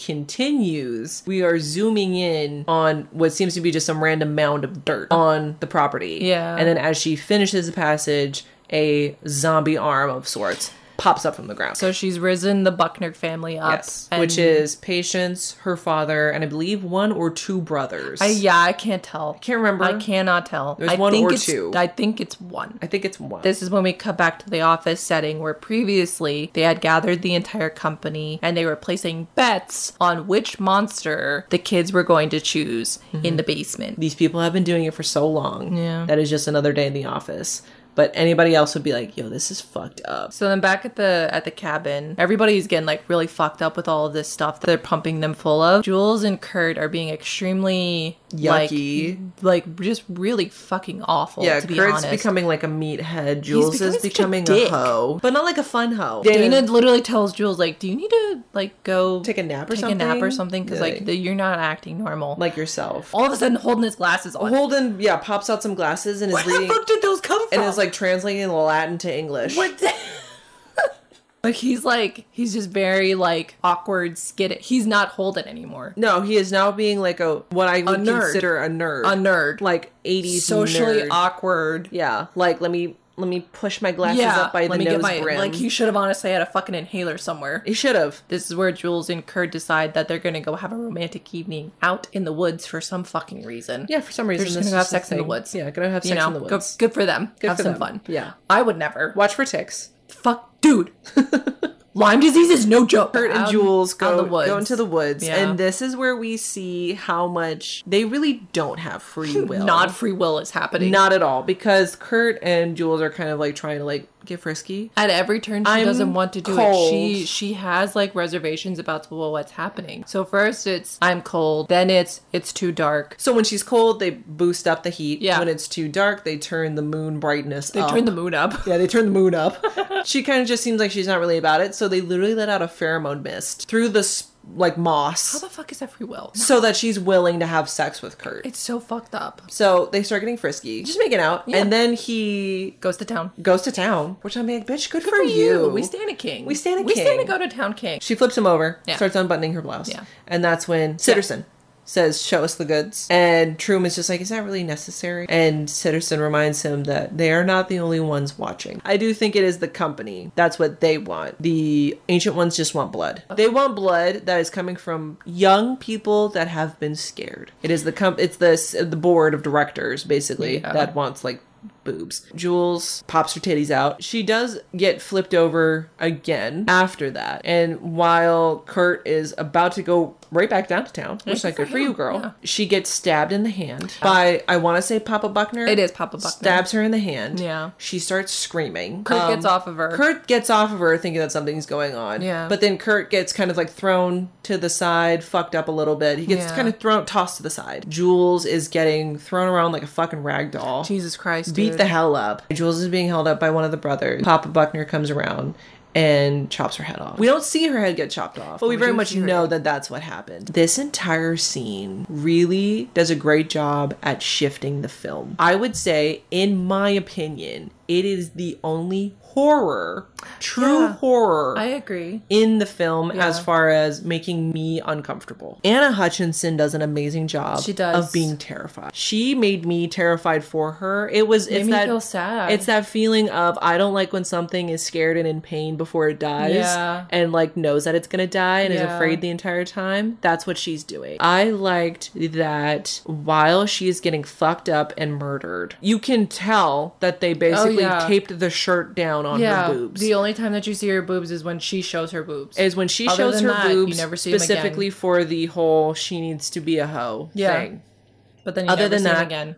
Speaker 2: continues, we are zooming in on what seems to be just some random mound of dirt on the property.
Speaker 1: Yeah.
Speaker 2: And then as she finishes the passage, a zombie arm of sorts pops up from the ground.
Speaker 1: So she's risen the Buckner family up.
Speaker 2: Yes,
Speaker 1: and-
Speaker 2: which is Patience, her father, and I believe one or two brothers.
Speaker 1: I, yeah, I can't tell.
Speaker 2: can't remember.
Speaker 1: I cannot tell.
Speaker 2: There's
Speaker 1: I
Speaker 2: one
Speaker 1: think
Speaker 2: or
Speaker 1: it's-
Speaker 2: two.
Speaker 1: I think it's one.
Speaker 2: I think it's one.
Speaker 1: This is when we cut back to the office setting where previously they had gathered the entire company and they were placing bets on which monster the kids were going to choose
Speaker 2: Mm-hmm.
Speaker 1: in the basement.
Speaker 2: These people have been doing it for so long.
Speaker 1: Yeah.
Speaker 2: That is just another day in the office. But anybody else would be like, yo, this is fucked up.
Speaker 1: So then back at the at the cabin, everybody's getting like really fucked up with all of this stuff that they're pumping them full of. Jules and Kurt are being extremely
Speaker 2: Yucky.
Speaker 1: like, like just really fucking awful.
Speaker 2: Yeah,
Speaker 1: to be
Speaker 2: Kurt's
Speaker 1: honest.
Speaker 2: becoming like a meathead. Jules
Speaker 1: becoming
Speaker 2: is
Speaker 1: such a
Speaker 2: becoming a,
Speaker 1: dick.
Speaker 2: hoe. But not like a fun hoe.
Speaker 1: Dana literally tells Jules like, "Do you need to like go
Speaker 2: Take a nap or
Speaker 1: take a nap
Speaker 2: something?
Speaker 1: or something? Because
Speaker 2: Yeah.
Speaker 1: like the, you're not acting normal."
Speaker 2: like yourself.
Speaker 1: all of a sudden, holding his glasses on.
Speaker 2: Holden, yeah, pops out some glasses and is
Speaker 1: Where the
Speaker 2: reading
Speaker 1: fuck did those come from?
Speaker 2: and is like translating Latin to English.
Speaker 1: What the- But he's like, he's just very like awkward, skittish. He's not Holden anymore.
Speaker 2: No, he is now being like a what I would
Speaker 1: nerd.
Speaker 2: consider a nerd.
Speaker 1: A nerd.
Speaker 2: like 80s
Speaker 1: socially
Speaker 2: nerd.
Speaker 1: awkward.
Speaker 2: Yeah, like let me let me push my glasses up by the nose brim.
Speaker 1: like he should have honestly had a fucking inhaler somewhere.
Speaker 2: he should have.
Speaker 1: This is where Jules and Kurt decide that they're gonna go have a romantic evening out in the woods for some fucking reason.
Speaker 2: Yeah, for some reason
Speaker 1: just
Speaker 2: this
Speaker 1: gonna
Speaker 2: is
Speaker 1: have sex in the
Speaker 2: thing.
Speaker 1: woods.
Speaker 2: Yeah, gonna have sex
Speaker 1: you know,
Speaker 2: in the
Speaker 1: go-
Speaker 2: woods.
Speaker 1: good for them. have
Speaker 2: for
Speaker 1: some
Speaker 2: them.
Speaker 1: fun.
Speaker 2: Yeah.
Speaker 1: I would never.
Speaker 2: Watch for ticks.
Speaker 1: Fuck, dude. Lyme disease is no joke.
Speaker 2: Kurt and
Speaker 1: Out-
Speaker 2: Jules
Speaker 1: out
Speaker 2: go,
Speaker 1: in Um, the woods.
Speaker 2: go into the woods,
Speaker 1: Yeah.
Speaker 2: and this is where we see how much they really don't have free will.
Speaker 1: not free will is happening.
Speaker 2: not at all, because Kurt and Jules are kind of like trying to like get frisky.
Speaker 1: at every turn she
Speaker 2: I'm
Speaker 1: doesn't want to do it
Speaker 2: cold.
Speaker 1: she she has like reservations about well what's happening so first it's i'm cold then it's it's too dark
Speaker 2: So when she's cold, they boost up the heat.
Speaker 1: Yeah.
Speaker 2: When it's too dark, they turn the moon brightness
Speaker 1: they
Speaker 2: up.
Speaker 1: turn the moon up
Speaker 2: Yeah, they turn the moon up. she kind of just seems like she's not really about it, so they literally let out a pheromone mist through the s- like
Speaker 1: how
Speaker 2: moss,
Speaker 1: the fuck is that free will
Speaker 2: so that she's willing to have sex with Kurt.
Speaker 1: it's so fucked up
Speaker 2: So they start getting frisky, just making out,
Speaker 1: Yeah.
Speaker 2: and then he
Speaker 1: goes to town
Speaker 2: goes to town, which I'm like, bitch, good, for,
Speaker 1: For
Speaker 2: you.
Speaker 1: we stand a king
Speaker 2: We stand a
Speaker 1: we stand
Speaker 2: king.
Speaker 1: to go to town king
Speaker 2: she flips him over,
Speaker 1: Yeah.
Speaker 2: starts unbuttoning her blouse,
Speaker 1: Yeah.
Speaker 2: and that's when Sitterson says, "Show us the goods," and Troom is just like, "Is that really necessary?" And Sitterson reminds him that they are not the only ones watching. I do think it is the company. That's what they want. The ancient ones just want blood. They want blood that is coming from young people that have been scared. It is the comp. It's the s- the board of directors basically
Speaker 1: Yeah.
Speaker 2: that wants like boobs. Jules pops her titties out. She does get flipped over again after that. And while Kurt is about to go right back down to town, which is like, good for you, girl,
Speaker 1: Yeah.
Speaker 2: she gets stabbed in the hand by, I want to say Papa Buckner.
Speaker 1: It is Papa Buckner.
Speaker 2: Stabs her in the hand.
Speaker 1: Yeah.
Speaker 2: She starts screaming. Um,
Speaker 1: Kurt gets off of her.
Speaker 2: Kurt gets off of her thinking that something's going on.
Speaker 1: Yeah.
Speaker 2: But then Kurt gets kind of like thrown to the side, fucked up a little bit. He gets
Speaker 1: Yeah.
Speaker 2: kind of thrown, tossed to the side. Jules is getting thrown around like a fucking rag doll
Speaker 1: jesus christ
Speaker 2: beat
Speaker 1: dude.
Speaker 2: the hell up. Jules is being held up by one of the brothers. Papa Buckner comes around and chops her head off. We don't see her head get chopped off, but we,
Speaker 1: We
Speaker 2: very
Speaker 1: do
Speaker 2: much
Speaker 1: see her
Speaker 2: know
Speaker 1: head.
Speaker 2: that that's what happened. This entire scene really does a great job at shifting the film. I would say, in my opinion, it is the only horror, true
Speaker 1: Yeah.
Speaker 2: horror
Speaker 1: I agree.
Speaker 2: in the film
Speaker 1: Yeah.
Speaker 2: as far as making me uncomfortable. Anna Hutchinson does an amazing job
Speaker 1: She does.
Speaker 2: of being terrified. She made me terrified for her. It was
Speaker 1: Made
Speaker 2: it's
Speaker 1: me
Speaker 2: that
Speaker 1: feel sad.
Speaker 2: it's that feeling of I don't like when something is scared and in pain before it dies
Speaker 1: Yeah.
Speaker 2: and like knows that it's going to die and is
Speaker 1: Yeah.
Speaker 2: afraid the entire time. That's what she's doing. I liked that while she's getting fucked up and murdered. You can tell that they basically
Speaker 1: Oh, yeah.
Speaker 2: taped the shirt down on her boobs
Speaker 1: The only time that you see her boobs is when she shows her boobs.
Speaker 2: is when she
Speaker 1: Other
Speaker 2: shows
Speaker 1: than
Speaker 2: her
Speaker 1: that, you
Speaker 2: boobs
Speaker 1: never see 'em again.
Speaker 2: specifically for the whole she needs to be a hoe
Speaker 1: Yeah.
Speaker 2: thing.
Speaker 1: but then you
Speaker 2: other
Speaker 1: never
Speaker 2: than
Speaker 1: see 'em
Speaker 2: that-
Speaker 1: again.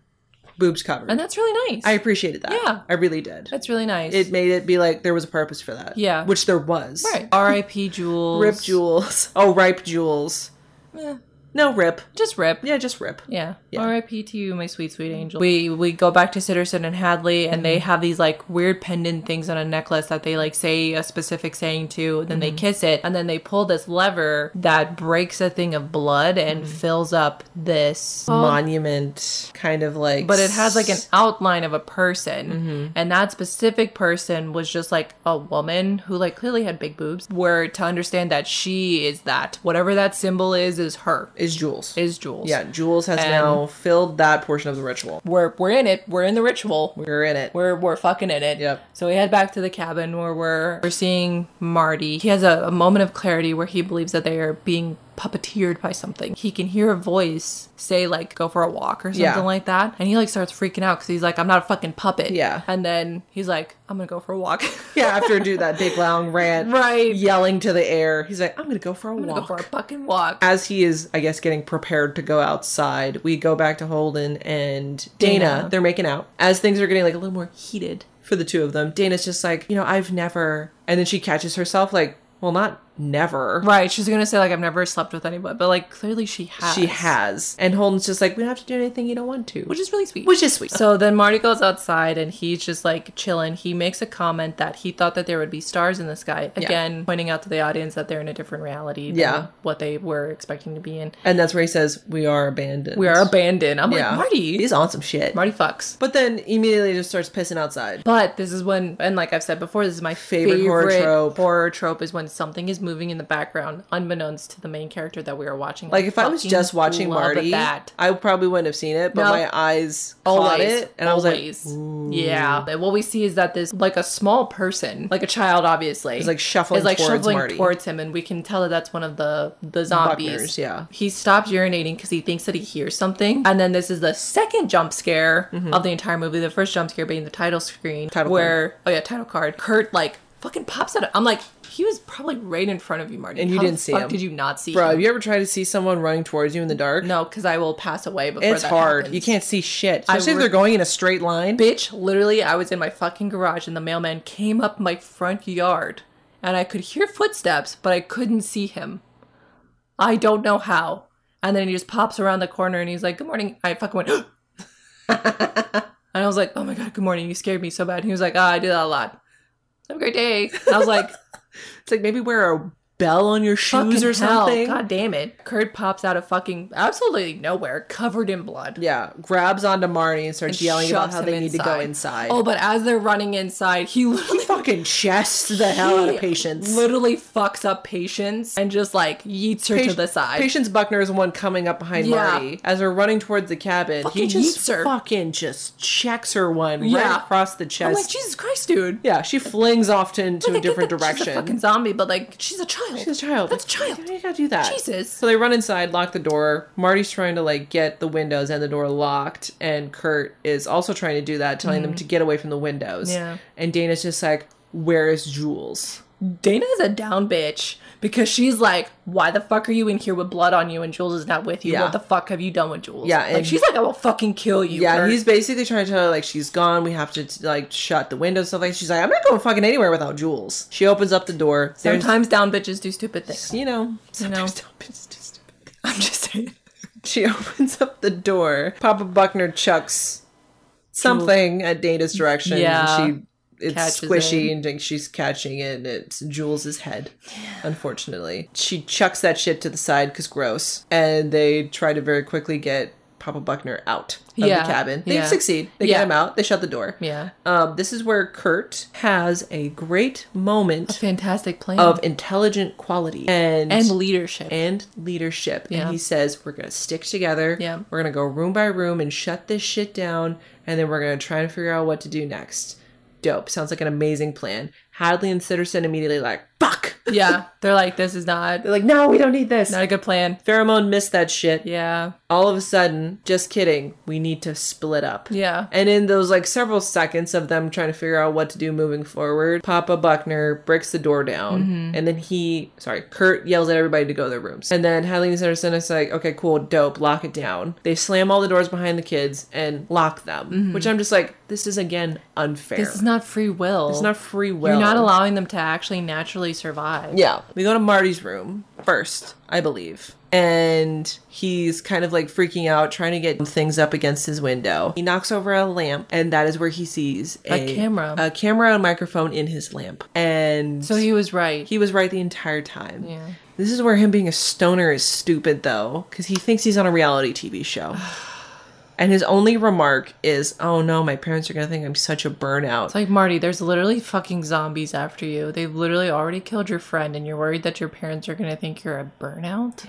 Speaker 2: Boobs covered.
Speaker 1: And that's really nice.
Speaker 2: I appreciated that.
Speaker 1: Yeah.
Speaker 2: I really did.
Speaker 1: that's really nice.
Speaker 2: It made it be like there was a purpose for that.
Speaker 1: Yeah.
Speaker 2: Which there was.
Speaker 1: right. R.I.P. Jules.
Speaker 2: Rip jewels. Oh, ripe jewels.
Speaker 1: Eh,
Speaker 2: No, rip.
Speaker 1: just rip.
Speaker 2: Yeah, just rip.
Speaker 1: Yeah.
Speaker 2: Yeah.
Speaker 1: R.I.P. to you, my sweet, sweet angel. Mm-hmm. We we go back to Sitterson and Hadley, and they have these like weird pendant things on a necklace that they like say a specific saying to, and then they kiss it, and then they pull this lever that breaks a thing of blood and fills up this.
Speaker 2: Monument kind of like.
Speaker 1: but it has like an outline of a person, and that specific person was just like a woman who like clearly had big boobs. Where to understand that she is that whatever that symbol is is her
Speaker 2: Is jewels.
Speaker 1: is Jules.
Speaker 2: yeah, jewels has
Speaker 1: And-
Speaker 2: now filled that portion of the ritual.
Speaker 1: we're we're in it. We're in the ritual.
Speaker 2: We're in it.
Speaker 1: we're we're fucking in it.
Speaker 2: Yep.
Speaker 1: So we head back to the cabin where we're we're seeing Marty. He has a, a moment of clarity where he believes that they are being puppeteered by something. He can hear a voice say like go for a walk or something
Speaker 2: Yeah.
Speaker 1: like that, and he like starts freaking out because he's like I'm not a fucking puppet.
Speaker 2: Yeah.
Speaker 1: And then he's like I'm gonna go for a walk.
Speaker 2: yeah, after do that big long rant,
Speaker 1: Right.
Speaker 2: Yelling to the air, he's like, "I'm gonna go for a
Speaker 1: I'm
Speaker 2: walk."
Speaker 1: gonna go for a fucking walk.
Speaker 2: as he is, I guess, getting prepared to go outside, we go back to Holden and Dana.
Speaker 1: Dana.
Speaker 2: They're making out. As things are getting like a little more heated for the two of them, Dana's just like, you know, I've never. And then she catches herself like, well, not never.
Speaker 1: Right, she's gonna say like I've never slept with anyone, but like clearly she has.
Speaker 2: She has. And Holden's just like, we don't have to do anything you don't want to.
Speaker 1: which is really sweet.
Speaker 2: which is sweet.
Speaker 1: So then Marty goes outside and he's just like chilling. He makes a comment that he thought that there would be stars in the sky. Again, pointing out to the audience that they're in a different reality than
Speaker 2: Yeah.
Speaker 1: what they were expecting to be in.
Speaker 2: and that's where he says, we are abandoned.
Speaker 1: We are abandoned. I'm
Speaker 2: Yeah.
Speaker 1: like, Marty.
Speaker 2: He's on some shit.
Speaker 1: Marty fucks.
Speaker 2: But then immediately just starts pissing outside.
Speaker 1: But this is when, and like I've said before, this is my
Speaker 2: Favorite
Speaker 1: favorite,
Speaker 2: horror trope.
Speaker 1: horror trope is when something is moving in the background, unbeknownst to the main character that we are watching.
Speaker 2: Like if I was
Speaker 1: fucking
Speaker 2: just watching
Speaker 1: love
Speaker 2: Marty,
Speaker 1: that
Speaker 2: I probably wouldn't have seen it, but
Speaker 1: No.
Speaker 2: my eyes caught
Speaker 1: always
Speaker 2: it, and I was like,
Speaker 1: always. yeah and what we see is that this like a small person like a child obviously is
Speaker 2: like, shuffling
Speaker 1: is like
Speaker 2: towards
Speaker 1: shuffling
Speaker 2: Marty.
Speaker 1: towards him and we can tell that that's one of the the zombies
Speaker 2: Buckners, yeah.
Speaker 1: he stops urinating because he thinks that he hears something and then this is the second jump scare of the entire movie the first jump scare being the title screen
Speaker 2: Mm-hmm. Title
Speaker 1: where oh yeah title card kurt like fucking pops out i'm like he was probably right in front of you marty
Speaker 2: And you
Speaker 1: How the
Speaker 2: didn't see
Speaker 1: fuck
Speaker 2: him.
Speaker 1: did you not see
Speaker 2: Bro, have
Speaker 1: him?
Speaker 2: you ever tried to see someone running towards you in the dark?
Speaker 1: no because i will pass away before
Speaker 2: It's
Speaker 1: that
Speaker 2: hard.
Speaker 1: happens.
Speaker 2: You can't see shit. Especially if
Speaker 1: re-
Speaker 2: they're going in a straight line.
Speaker 1: bitch literally i was in my fucking garage and the mailman came up my front yard and i could hear footsteps but i couldn't see him i don't know how and then he just pops around the corner and he's like good morning i fucking went and i was like oh my god good morning you scared me so bad he was like ah, i do that a lot have a great day And i was like
Speaker 2: It's like maybe wear a bell on your shoes
Speaker 1: fucking
Speaker 2: or something.
Speaker 1: hell, god damn it kurt pops out of fucking absolutely nowhere covered in blood
Speaker 2: Yeah, grabs onto Marty and starts
Speaker 1: and
Speaker 2: yelling about
Speaker 1: shoves
Speaker 2: how
Speaker 1: him
Speaker 2: they need to go inside.
Speaker 1: oh but as they're running inside he literally
Speaker 2: fucking chest the hell out of
Speaker 1: He
Speaker 2: patience.
Speaker 1: Literally fucks up patience and just like yeets her
Speaker 2: Pat-
Speaker 1: to the side.
Speaker 2: Patience Buckner is the one coming up behind
Speaker 1: Yeah.
Speaker 2: Marty as they're running towards the cabin. he
Speaker 1: Fucking
Speaker 2: just
Speaker 1: yeets her.
Speaker 2: fucking just checks her one right
Speaker 1: Yeah.
Speaker 2: across the
Speaker 1: I'm
Speaker 2: chest.
Speaker 1: like, Jesus Christ, dude.
Speaker 2: yeah, she flings off to, into
Speaker 1: Like, I
Speaker 2: a
Speaker 1: get
Speaker 2: different
Speaker 1: that
Speaker 2: direction.
Speaker 1: She's a fucking zombie, but like, she's a child.
Speaker 2: She's a child.
Speaker 1: That's
Speaker 2: Like,
Speaker 1: child.
Speaker 2: why You gotta do that.
Speaker 1: Jesus.
Speaker 2: So they run inside, lock the door. Marty's trying to like get the windows and the door locked, and Kurt is also trying to do that, telling them to get away from the windows.
Speaker 1: Mm-hmm. Yeah.
Speaker 2: And Dana's just like, "Where is Jules?"
Speaker 1: Dana is a down bitch because she's like, why the fuck are you in here with blood on you and Jules is not with you?
Speaker 2: Yeah.
Speaker 1: What the fuck have you done with Jules?
Speaker 2: Yeah,
Speaker 1: like
Speaker 2: and-
Speaker 1: she's like, I will fucking kill you.
Speaker 2: Yeah,
Speaker 1: Kurt.
Speaker 2: he's basically trying to tell her like she's gone. We have to t- like shut the windows, stuff like. She's like, "I'm not going fucking anywhere without Jules." She opens up the door. There's-
Speaker 1: sometimes down bitches do stupid things.
Speaker 2: you know,
Speaker 1: You know,
Speaker 2: sometimes don't be stupid.
Speaker 1: I'm just saying.
Speaker 2: She opens up the door. Papa Buckner chucks something at Dana's direction.
Speaker 1: Yeah.
Speaker 2: And she it's
Speaker 1: Catches
Speaker 2: squishy
Speaker 1: it.
Speaker 2: and thinks she's catching it, and it's Jules' head. Unfortunately, she chucks that shit to the side because gross, and they try to very quickly get Papa Buckner out of
Speaker 1: Yeah,
Speaker 2: the cabin. They
Speaker 1: yeah.
Speaker 2: succeed. They
Speaker 1: Yeah.
Speaker 2: get him out. They shut the door.
Speaker 1: Yeah.
Speaker 2: Um, this is where Kurt has a great moment
Speaker 1: Fantastic plan.
Speaker 2: of intelligent quality and
Speaker 1: and leadership.
Speaker 2: and leadership.
Speaker 1: Yeah.
Speaker 2: And he says, We're going to stick together.
Speaker 1: Yeah.
Speaker 2: We're going to go room by room and shut this shit down. And then we're going to try and figure out what to do next. Dope. Sounds like an amazing plan. Hadley and Sitterson immediately like, Fuck.
Speaker 1: yeah. They're like, this is not
Speaker 2: They're like, No, we don't need this.
Speaker 1: not a good plan.
Speaker 2: Pheromone missed that shit.
Speaker 1: Yeah.
Speaker 2: All of a sudden, just kidding, we need to split up.
Speaker 1: Yeah.
Speaker 2: And in those like several seconds of them trying to figure out what to do moving forward, Papa Buckner breaks the door down.
Speaker 1: Mm-hmm.
Speaker 2: And then he, sorry, Kurt yells at everybody to go to their rooms. And then Helene Sanderson is like, okay, cool, dope, lock it down. They slam all the doors behind the kids and lock them, which I'm just like, this is again unfair.
Speaker 1: Mm-hmm. This is not free will.
Speaker 2: It's not free will.
Speaker 1: You're not allowing them to actually naturally survive.
Speaker 2: Yeah. We go to Marty's room first, I believe. And he's kind of like freaking out, trying to get things up against his window. He knocks over a lamp, and that is where he sees
Speaker 1: A camera.
Speaker 2: a camera and microphone in his lamp. And
Speaker 1: So he was right.
Speaker 2: he was right the entire time.
Speaker 1: Yeah.
Speaker 2: This is where him being a stoner is stupid, though, because he thinks he's on a reality TV show. and his only remark is, "Oh no, my parents are gonna think I'm such a burnout."
Speaker 1: It's like Marty, there's literally fucking zombies after you. They've literally already killed your friend, and you're worried that your parents are gonna think you're a burnout.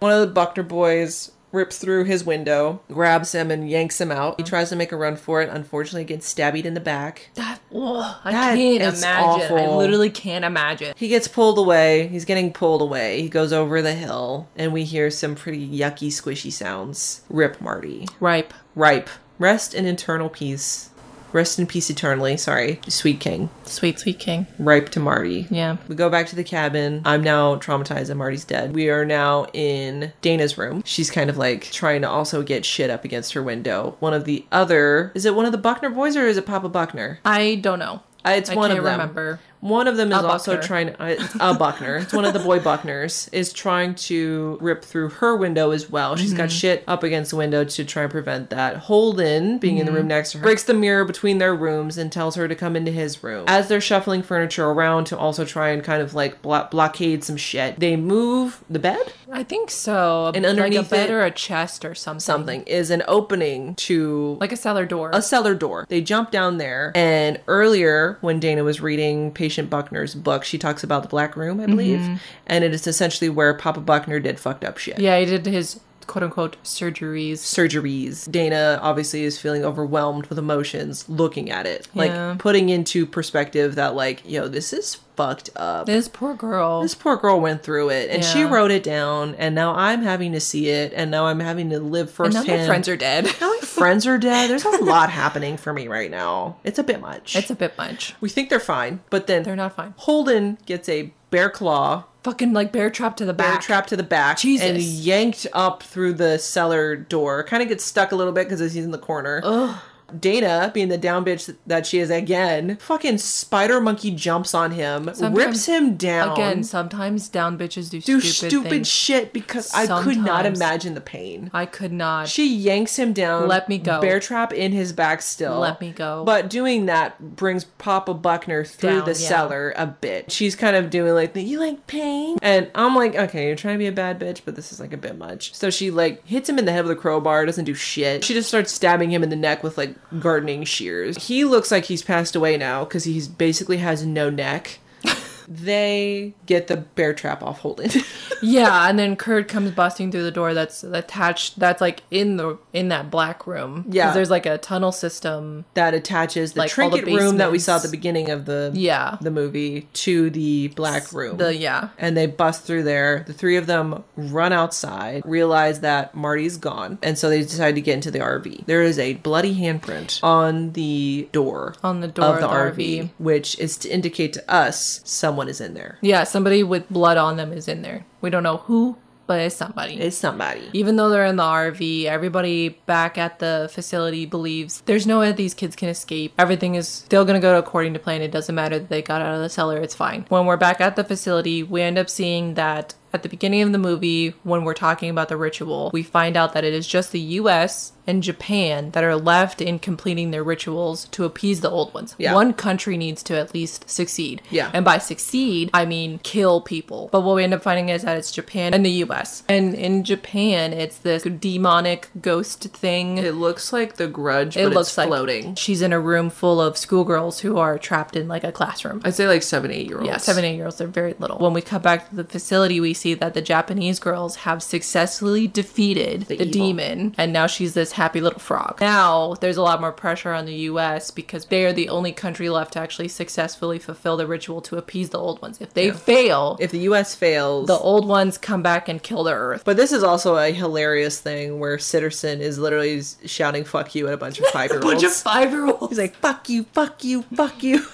Speaker 2: One of the Buckner boys rips through his window, grabs him, and yanks him out. He tries to make a run for it. Unfortunately, gets stabbed in the back.
Speaker 1: That, oh, I
Speaker 2: That
Speaker 1: can't
Speaker 2: is
Speaker 1: imagine. I
Speaker 2: awful.
Speaker 1: literally can't imagine.
Speaker 2: He gets pulled away. He's getting pulled away. He goes over the hill, and we hear some pretty yucky, squishy sounds. Rip Marty.
Speaker 1: Ripe.
Speaker 2: Ripe. Rest in eternal peace. Rest in peace eternally. Sorry. Sweet King.
Speaker 1: Sweet, sweet king.
Speaker 2: Ripe to Marty.
Speaker 1: Yeah.
Speaker 2: We go back to the cabin. I'm now traumatized and Marty's dead. We are now in Dana's room. She's kind of like trying to also get shit up against her window. One of the other is it one of the Buckner boys or is it Papa Buckner?
Speaker 1: I don't know.
Speaker 2: Uh, It's
Speaker 1: I
Speaker 2: one
Speaker 1: can't
Speaker 2: of them.
Speaker 1: remember.
Speaker 2: One of them is also
Speaker 1: Buckner.
Speaker 2: trying uh, it's a Buckner. It's one of the boy Buckners is trying to rip through her window as well. She's got shit up against the window to try and prevent that. Holden, being in the room next to her, breaks the mirror between their rooms and tells her to come into his room. As they're shuffling furniture around to also try and kind of like blo- blockade some shit, they move the bed.
Speaker 1: I think so. like
Speaker 2: And
Speaker 1: a
Speaker 2: underneath
Speaker 1: bed
Speaker 2: it-
Speaker 1: or a chest or something.
Speaker 2: Something is an opening to
Speaker 1: like a cellar door.
Speaker 2: a cellar door. They jump down there. And earlier, when Dana was reading Patient Buckner's book, she talks about the Black Room, I believe.
Speaker 1: Mm-hmm.
Speaker 2: And it is essentially where Papa Buckner did fucked up shit.
Speaker 1: yeah, he did his quote unquote surgeries.
Speaker 2: Surgeries. Dana obviously is feeling overwhelmed with emotions looking at it. Like
Speaker 1: Yeah.
Speaker 2: putting into perspective that, like, yo, this is fucked up.
Speaker 1: This poor girl.
Speaker 2: This poor girl went through it and she
Speaker 1: Yeah.
Speaker 2: wrote it down. And now I'm having to see it. And now I'm having to live
Speaker 1: and now
Speaker 2: firsthand.
Speaker 1: my friends are dead.
Speaker 2: now my friends are dead. There's a lot happening for me right now. It's a bit much.
Speaker 1: it's a bit much.
Speaker 2: We think they're fine, but then
Speaker 1: They're not fine.
Speaker 2: Holden gets a bear claw,
Speaker 1: Fucking like bear trapped to the
Speaker 2: bear
Speaker 1: back.
Speaker 2: trap to the back,
Speaker 1: Jesus.
Speaker 2: and yanked up through the cellar door. Kind of gets stuck a little bit because he's in the corner.
Speaker 1: Ugh.
Speaker 2: Dana, being the down bitch that she is again, fucking spider monkey jumps on him, rips
Speaker 1: Sometimes-
Speaker 2: him down.
Speaker 1: Again, sometimes down bitches do,
Speaker 2: do
Speaker 1: stupid,
Speaker 2: stupid,
Speaker 1: things.
Speaker 2: shit because I could not
Speaker 1: Sometimes.
Speaker 2: imagine the pain.
Speaker 1: I could not.
Speaker 2: She yanks him down.
Speaker 1: Let me go.
Speaker 2: Bear trap in his back still.
Speaker 1: Let me go.
Speaker 2: But doing that brings Papa Buckner through
Speaker 1: Down,
Speaker 2: the
Speaker 1: yeah.
Speaker 2: cellar a bit. She's kind of doing like the, you like pain? And I'm like, okay, you're trying to be a bad bitch, but this is like a bit much. So she like hits him in the head with a crowbar, doesn't do shit. She just starts stabbing him in the neck with like gardening shears. He looks like he's passed away now because he's basically has no neck. they get the bear trap off Holden.
Speaker 1: yeah, and then Kurt comes busting through the door that's attached. That's like in the in that black room. 'Cause
Speaker 2: Yeah.
Speaker 1: there's like a tunnel system.
Speaker 2: that attaches the
Speaker 1: Like, all the
Speaker 2: trinket room that we
Speaker 1: basements.
Speaker 2: saw at the beginning of the
Speaker 1: Yeah.
Speaker 2: the movie to the black room.
Speaker 1: The yeah.
Speaker 2: and they bust through there. The three of them run outside, realize that Marty's gone, and so they decide to get into the RV. There is a bloody handprint on the door
Speaker 1: On the door
Speaker 2: of the,
Speaker 1: RV.
Speaker 2: RV, which is to indicate to us someone is in there.
Speaker 1: Yeah, somebody with blood on them is in there. We don't know who, but it's somebody.
Speaker 2: It's somebody.
Speaker 1: Even though they're in the RV, everybody back at the facility believes there's no way that these kids can escape. Everything is still going to go according to plan. It doesn't matter that they got out of the cellar, it's fine. When we're back at the facility, we end up seeing that at the beginning of the movie, when we're talking about the ritual, we find out that it is just the US and Japan that are left in completing their rituals to appease the old ones.
Speaker 2: Yeah.
Speaker 1: One country needs to at least succeed.
Speaker 2: Yeah.
Speaker 1: And by succeed, I mean kill people. But what we end up finding is that it's Japan and the US. And in Japan, it's this demonic ghost thing.
Speaker 2: It looks like the grudge,
Speaker 1: It
Speaker 2: but
Speaker 1: looks
Speaker 2: it's
Speaker 1: like
Speaker 2: floating.
Speaker 1: she's in a room full of schoolgirls who are trapped in like a classroom.
Speaker 2: I'd say like seven, eight year olds.
Speaker 1: Yeah, seven, eight year olds, they're very little. When we come back to the facility, we see that the Japanese girls have successfully defeated the,
Speaker 2: evil.
Speaker 1: demon, and now she's this happy little frog. Now there's a lot more pressure on the US because they are the only country left to actually successfully fulfill the ritual to appease the old ones. If they fail,
Speaker 2: If the U.S. fails,
Speaker 1: the old ones come back and kill the earth.
Speaker 2: But this is also a hilarious thing where Sitterson is literally s- shouting "fuck you" at a bunch of five year olds.
Speaker 1: five year olds.
Speaker 2: He's like "fuck you, fuck you, fuck you."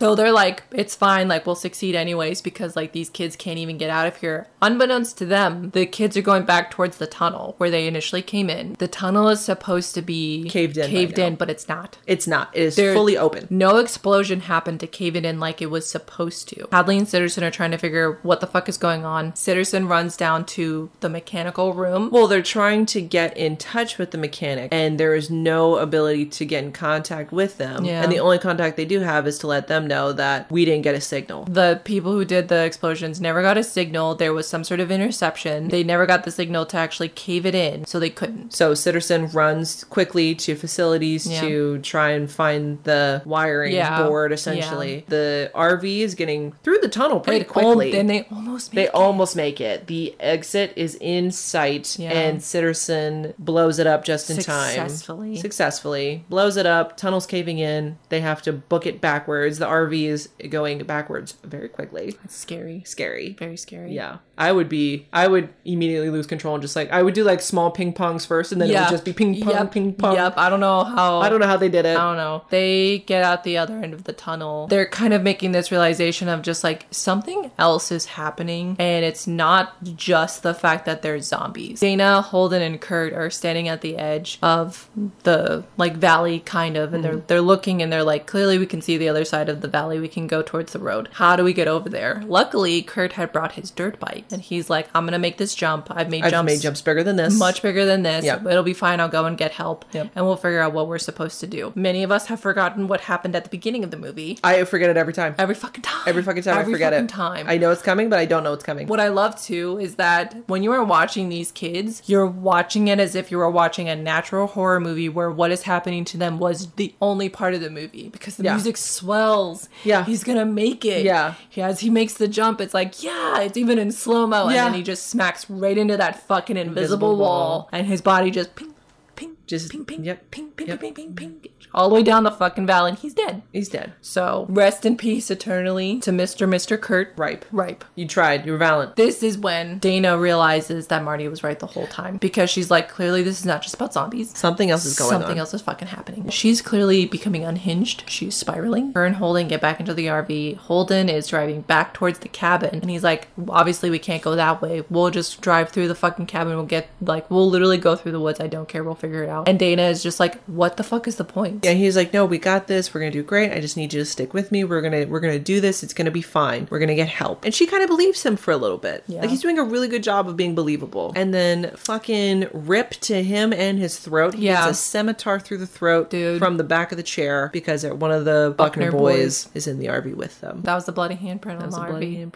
Speaker 1: So they're like, it's fine, like we'll succeed anyways because like these kids can't even get out of here. Unbeknownst to them, the kids are going back towards the tunnel where they initially came in. The tunnel is supposed to be
Speaker 2: Caved in by
Speaker 1: caved
Speaker 2: now.
Speaker 1: in, but it's not.
Speaker 2: It's not. It is
Speaker 1: They're-
Speaker 2: fully open.
Speaker 1: No explosion happened to cave it in like it was supposed to. Hadley and Sitterson are trying to figure what the fuck is going on. Sitterson runs down to the mechanical room.
Speaker 2: Well, they're trying to get in touch with the mechanic, and there is no ability to get in contact with them.
Speaker 1: Yeah.
Speaker 2: And the only contact they do have is to let them know that we didn't get a signal.
Speaker 1: the people who did the explosions never got a signal. There was some sort of interception. They never got the signal to actually cave it in, so they couldn't.
Speaker 2: So Sitterson runs quickly to facilities
Speaker 1: Yeah.
Speaker 2: to try and find the wiring
Speaker 1: Yeah.
Speaker 2: board.
Speaker 1: Yeah.
Speaker 2: Essentially, the RV is getting through the tunnel pretty
Speaker 1: They al-
Speaker 2: quickly.
Speaker 1: Then they almost
Speaker 2: They
Speaker 1: make it.
Speaker 2: almost make it. The exit is in sight,
Speaker 1: Yeah.
Speaker 2: and Sitterson blows it up just in
Speaker 1: Successfully.
Speaker 2: time. Successfully. Blows it up, tunnel's caving in. They have to book it backwards. The RV is going backwards very quickly.
Speaker 1: It's scary.
Speaker 2: Scary.
Speaker 1: Very scary.
Speaker 2: Yeah. I would be, I would immediately lose control and just like, I would do like small ping pongs first, and then it would just be ping pong,
Speaker 1: Yep.
Speaker 2: ping pong.
Speaker 1: Yep. I don't know how.
Speaker 2: I don't know how they did it.
Speaker 1: I don't know. They get out the other end of the tunnel. They're kind of making this realization of just like something else is happening, and it's not just the fact that they're zombies. Dana, Holden, and Kurt are standing at the edge of the like valley, kind of, and they're
Speaker 2: Mm-hmm.
Speaker 1: they're looking and they're like, clearly we can see the other side of the valley. We can go towards the road. How do we get over there? Luckily, Kurt had brought his dirt bike, and he's like, I'm gonna make this jump. I've made
Speaker 2: I've
Speaker 1: jumps
Speaker 2: made jumps bigger than this.
Speaker 1: much bigger than this.
Speaker 2: Yep.
Speaker 1: It'll be fine. I'll go and get help
Speaker 2: Yep.
Speaker 1: and we'll figure out what we're supposed to do. Many of us have forgotten what happened at the beginning of the movie.
Speaker 2: I forget it every time.
Speaker 1: Every fucking time.
Speaker 2: Every fucking time I forget
Speaker 1: fucking
Speaker 2: it.
Speaker 1: time.
Speaker 2: I know it's coming, but I don't know it's coming.
Speaker 1: what I love too is that when you are watching these kids, you're watching it as if you were watching a natural horror movie where what is happening to them was the only part of the movie because the
Speaker 2: Yeah.
Speaker 1: music swells.
Speaker 2: Yeah.
Speaker 1: He's gonna make it.
Speaker 2: Yeah.
Speaker 1: He, as he makes the jump, it's like, yeah, it's even in slow mo.
Speaker 2: Yeah.
Speaker 1: And then he just smacks right into that fucking invisible,
Speaker 2: Invisible
Speaker 1: wall,
Speaker 2: wall.
Speaker 1: and his body just ping, ping,
Speaker 2: Just-
Speaker 1: ping, ping,
Speaker 2: yep,
Speaker 1: ping, ping,
Speaker 2: yep.
Speaker 1: ping, ping, ping, ping, all the way down the fucking valley, and he's dead.
Speaker 2: He's dead.
Speaker 1: So rest in peace eternally to Mr. Mr. Kurt
Speaker 2: Ripe.
Speaker 1: Ripe.
Speaker 2: You tried. You were valiant.
Speaker 1: This is when Dana realizes that Marty was right the whole time because she's like, clearly, this is not just about zombies.
Speaker 2: Something else is going
Speaker 1: Something
Speaker 2: on.
Speaker 1: else is fucking happening. She's clearly becoming unhinged. She's spiraling. Her and Holden get back into the RV. Holden is driving back towards the cabin and he's like, obviously, we can't go that way. We'll just drive through the fucking cabin. We'll get, like, we'll literally go through the woods. I don't care. We'll figure it out. And Dana is just like, what the fuck is the point?
Speaker 2: Yeah, he's like, no, we got this. We're gonna do great. I just need you to stick with me. We're gonna we're gonna do this. It's gonna be fine. We're gonna get help. And she kind of believes him for a little bit.
Speaker 1: Yeah.
Speaker 2: Like he's doing a really good job of being believable. And then fucking rip to him and his throat. He
Speaker 1: Yeah.
Speaker 2: gets a scimitar through the throat
Speaker 1: Dude.
Speaker 2: from the back of the chair because one of the Buckner,
Speaker 1: Buckner
Speaker 2: boys, is in the RV with them.
Speaker 1: That was the bloody handprint on the RV.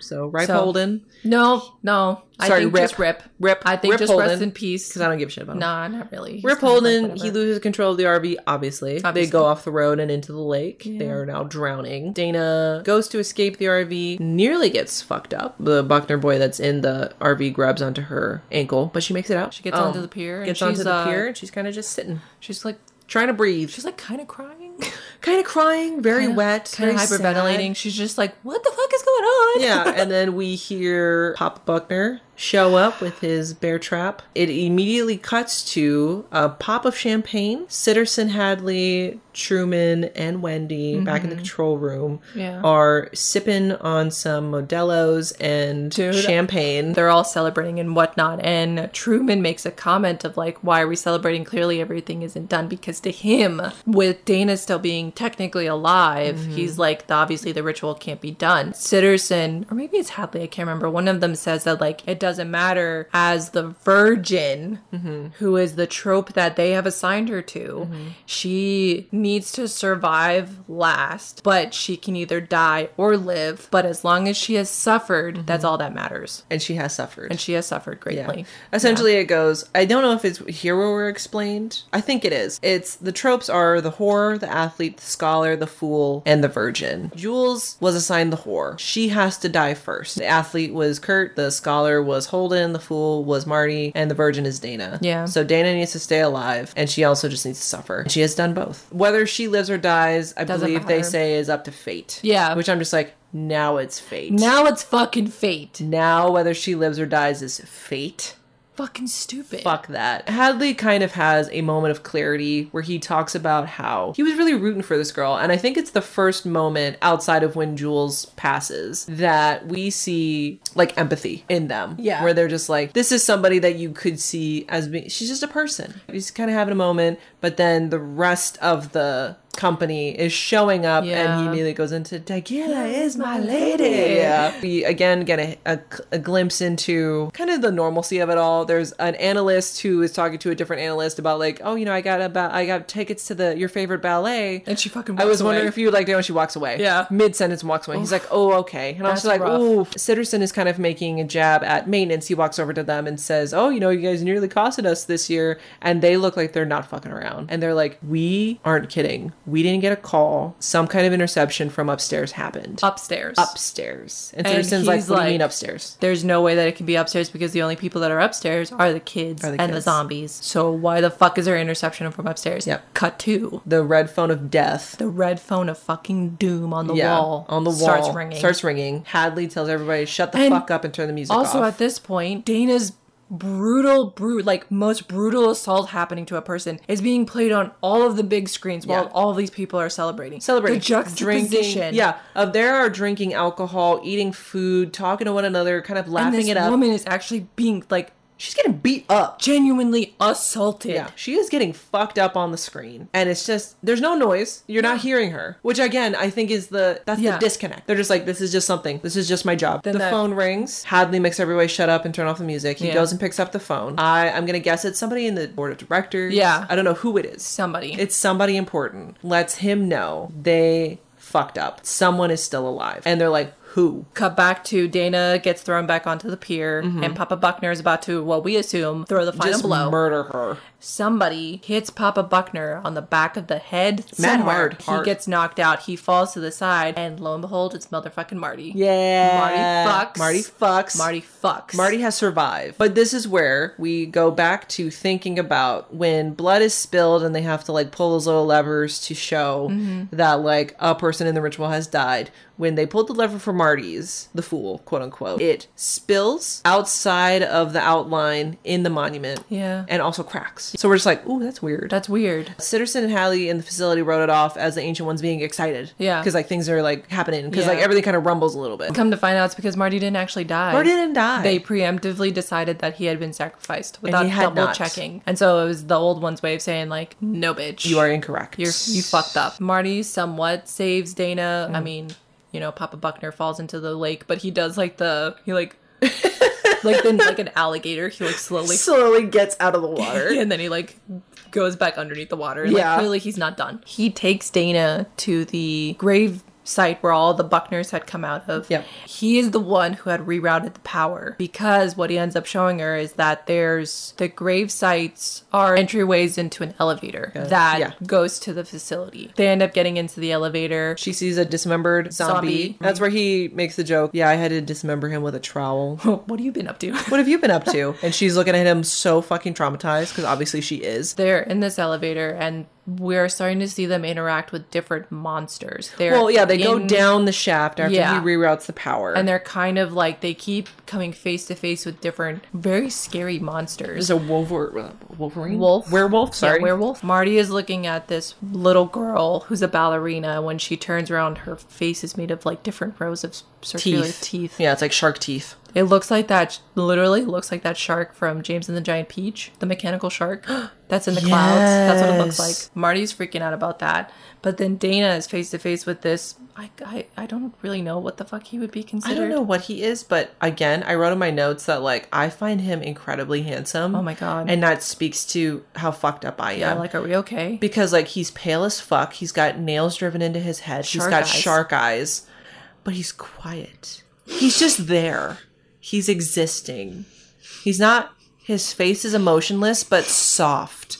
Speaker 2: So right,
Speaker 1: So-
Speaker 2: Holden.
Speaker 1: No, no. I
Speaker 2: Sorry,
Speaker 1: think
Speaker 2: Rip.
Speaker 1: just rip.
Speaker 2: Rip.
Speaker 1: I think
Speaker 2: Rip
Speaker 1: just rest
Speaker 2: Holden.
Speaker 1: in peace.
Speaker 2: Because I don't give a shit about him.
Speaker 1: Nah, not really. He's
Speaker 2: Rip
Speaker 1: kind of like
Speaker 2: Holden,
Speaker 1: whatever.
Speaker 2: he loses control of the RV, obviously.
Speaker 1: Obviously.
Speaker 2: They go off the road and into the lake. They are now drowning. Dana goes to escape the RV, nearly gets fucked up. The Buckner boy that's in the RV grabs onto her ankle, but she makes it out. She
Speaker 1: gets onto the pier and
Speaker 2: Gets
Speaker 1: she's,
Speaker 2: onto the
Speaker 1: uh,
Speaker 2: pier and she's kind of just sitting,
Speaker 1: She's like,
Speaker 2: trying to breathe.
Speaker 1: she's like kind of crying,
Speaker 2: kind of crying, very wet,
Speaker 1: kind of
Speaker 2: very sad.
Speaker 1: hyperventilating. She's just like, what the fuck is going on?
Speaker 2: yeah, and then we hear Pop Buckner show up with his bear trap. It immediately cuts to a pop of champagne. Sitterson Hadley, Truman, and Wendy back in the control room
Speaker 1: Mm-hmm. Yeah.
Speaker 2: are sipping on some Modelo's and
Speaker 1: Dude.
Speaker 2: champagne.
Speaker 1: They're all celebrating and whatnot. And Truman makes a comment of, like, why are we celebrating? Clearly, everything isn't done. Because to him, with Dana still being technically alive, he's like, "The- obviously, the ritual can't be done. Sitterson, or maybe it's Hadley, I can't remember. One of them says that, like, it doesn't matter as the virgin, who is the trope that they have assigned her to, she needs to survive last, but she can either die or live. But as long as she has suffered, that's all that matters
Speaker 2: and she has suffered.
Speaker 1: and she has suffered
Speaker 2: Yeah.
Speaker 1: greatly.
Speaker 2: Essentially, it goes. I don't know if it's hero or explained. I think it is. It's the tropes are the whore, the athlete, the scholar, the fool, and the virgin. Jules was assigned the whore. She has to die first. The athlete was Kurt. The scholar was Holden. The fool was Marty, and the virgin is Dana.
Speaker 1: Yeah.
Speaker 2: So Dana needs to stay alive, and she also just needs to suffer. She has done both. Whether she lives or dies, I
Speaker 1: Doesn't
Speaker 2: believe they
Speaker 1: matter.
Speaker 2: say is up to fate.
Speaker 1: Yeah.
Speaker 2: Which I'm just like, now it's fate.
Speaker 1: Now it's fucking fate.
Speaker 2: Now, whether she lives or dies is fate.
Speaker 1: Fucking stupid.
Speaker 2: Fuck that. Hadley kind of has a moment of clarity where he talks about how he was really rooting for this girl. And I think it's the first moment outside of when Jules passes that we see like empathy in them.
Speaker 1: Yeah.
Speaker 2: Where they're just like, this is somebody that you could see as being, she's just a person. He's kind of having a moment, but then the rest of the company is showing up and
Speaker 1: Yeah.
Speaker 2: he immediately goes into tequila is my lady yeah we again get a, a, a glimpse into kind of the normalcy of it all there's an analyst who is talking to a different analyst about like oh you know i got about i got tickets to the your favorite ballet
Speaker 1: And she fucking.
Speaker 2: I was
Speaker 1: walks
Speaker 2: wondering
Speaker 1: away.
Speaker 2: if you would like it when she walks away.
Speaker 1: Yeah.
Speaker 2: Mid sentence walks away. He's like, oh, okay. And I was
Speaker 1: That's
Speaker 2: just like,
Speaker 1: rough.
Speaker 2: ooh. Sitterson is kind of making a jab at maintenance. He walks over to them and says, oh, you know, you guys nearly costed us this year. And they look like they're not fucking around. And they're like, we aren't kidding. We didn't get a call. Some kind of interception from upstairs happened.
Speaker 1: upstairs.
Speaker 2: upstairs. And,
Speaker 1: And
Speaker 2: Sitterson's like,
Speaker 1: he's
Speaker 2: what do you
Speaker 1: like-
Speaker 2: mean upstairs?
Speaker 1: There's no way that it can be upstairs because the only people that are upstairs are the kids
Speaker 2: Are the
Speaker 1: and the
Speaker 2: kids.
Speaker 1: zombies. So why the fuck is there interception from upstairs?
Speaker 2: Yep.
Speaker 1: Cut two.
Speaker 2: The red phone of death.
Speaker 1: The red phone of fucking doom on the wall.
Speaker 2: on the wall
Speaker 1: starts ringing.
Speaker 2: Starts ringing. Hadley tells everybody, "Shut the
Speaker 1: And
Speaker 2: fuck up and turn the music off."
Speaker 1: also at this point dana's brutal brute like most brutal assault happening to a person is being played on all of the big screens
Speaker 2: Yeah.
Speaker 1: while all these people are celebrating
Speaker 2: celebrating
Speaker 1: the juxtaposition
Speaker 2: drinking yeah of there are drinking alcohol eating food talking to one another kind of
Speaker 1: and
Speaker 2: laughing
Speaker 1: this
Speaker 2: it up
Speaker 1: woman is actually being like
Speaker 2: she's getting beat up
Speaker 1: genuinely assaulted
Speaker 2: yeah she is getting fucked up on the screen and it's just there's no noise you're not hearing her which again i think is the that's
Speaker 1: Yeah.
Speaker 2: the disconnect they're just like this is just something this is just my job
Speaker 1: Then
Speaker 2: the
Speaker 1: that-
Speaker 2: phone rings hadley makes everybody shut up and turn off the music he
Speaker 1: Yeah.
Speaker 2: goes and picks up the phone i i'm gonna guess it's somebody in the board of directors
Speaker 1: Yeah.
Speaker 2: i don't know who it is
Speaker 1: somebody
Speaker 2: It's somebody important. Lets him know they fucked up. Someone is still alive. And they're like, who?
Speaker 1: Cut back to Dana gets thrown back onto the pier, and Papa Buckner is about to, what we assume, throw the final
Speaker 2: Just
Speaker 1: blow.
Speaker 2: murder her.
Speaker 1: somebody hits Papa Buckner on the back of the head.
Speaker 2: Mad
Speaker 1: somewhere.
Speaker 2: hard, hard.
Speaker 1: He gets knocked out. He falls to the side, and lo and behold, it's motherfucking Marty.
Speaker 2: Yeah.
Speaker 1: Marty fucks.
Speaker 2: Marty fucks.
Speaker 1: Marty fucks.
Speaker 2: Marty has survived. But this is where we go back to thinking about when blood is spilled and they have to like pull those little levers to show
Speaker 1: Mm-hmm.
Speaker 2: that like a person in the ritual has died. When they pulled the lever for Marty's, the fool, quote unquote, it spills outside of the outline in the monument.
Speaker 1: Yeah.
Speaker 2: And also cracks. So we're just like, ooh, that's weird.
Speaker 1: That's weird.
Speaker 2: Sitterson and Hallie in the facility wrote it off as the ancient ones being excited.
Speaker 1: Yeah.
Speaker 2: Because like things are like happening. Because
Speaker 1: Yeah.
Speaker 2: like everything kind of rumbles a little bit.
Speaker 1: Come to find out, it's because Marty didn't actually die.
Speaker 2: Marty didn't die.
Speaker 1: They preemptively decided that he had been sacrificed without
Speaker 2: he had
Speaker 1: double
Speaker 2: not.
Speaker 1: checking, and so it was the old one's way of saying like, "No, bitch,
Speaker 2: you are incorrect.
Speaker 1: You're you fucked up. Marty somewhat saves Dana.
Speaker 2: Mm.
Speaker 1: I mean, you know, Papa Buckner falls into the lake, but he does like the he like like then like an alligator. He like slowly
Speaker 2: slowly gets out of the water.
Speaker 1: and then he like goes back underneath the water. Like
Speaker 2: Yeah.
Speaker 1: clearly he's not done. He takes Dana to the grave site where all the Buckners had come out of.
Speaker 2: Yep.
Speaker 1: He is the one who had rerouted the power because what he ends up showing her is that there's the grave sites are entryways into an elevator that
Speaker 2: Yeah.
Speaker 1: goes to the facility. They end up getting into the elevator.
Speaker 2: She sees a dismembered zombie.
Speaker 1: Zombie.
Speaker 2: That's where he makes the joke. Yeah, I had to dismember him with a trowel.
Speaker 1: what have you been up to?
Speaker 2: What have you been up to? And she's looking at him so fucking traumatized because obviously she is.
Speaker 1: They're in this elevator and we're starting to see them interact with different monsters. They're
Speaker 2: Well, yeah, they go
Speaker 1: in-
Speaker 2: down the shaft after
Speaker 1: Yeah.
Speaker 2: he reroutes the power.
Speaker 1: and
Speaker 2: And
Speaker 1: they're kind of like they keep coming face to face with different very scary monsters.
Speaker 2: there's a wolver- uh, Wolverine?
Speaker 1: Wolf.
Speaker 2: Werewolf, sorry.
Speaker 1: Yeah, werewolf. Marty is looking at this little girl who's a ballerina. When she turns around, her face is made of like different rows of circular
Speaker 2: Teeth.
Speaker 1: teeth.
Speaker 2: Yeah, it's like shark teeth.
Speaker 1: It looks like that. Literally looks like that shark from James and the Giant Peach, the mechanical shark. That's in the clouds. That's what it looks
Speaker 2: Yes.
Speaker 1: like. Marty's freaking out about that. But then Dana is face to face with this. I, I I don't really know what the fuck he would be
Speaker 2: I
Speaker 1: considered.
Speaker 2: don't know what he is, but again, I wrote in my notes that like I find him incredibly handsome.
Speaker 1: Oh my God.
Speaker 2: And that speaks to how fucked up I am.
Speaker 1: Yeah, like are we okay?
Speaker 2: because like he's pale as fuck. He's got nails driven into his head. he's
Speaker 1: Shark
Speaker 2: got
Speaker 1: eyes.
Speaker 2: shark eyes, but he's quiet. He's just there. He's existing. He's not. His face is emotionless but soft.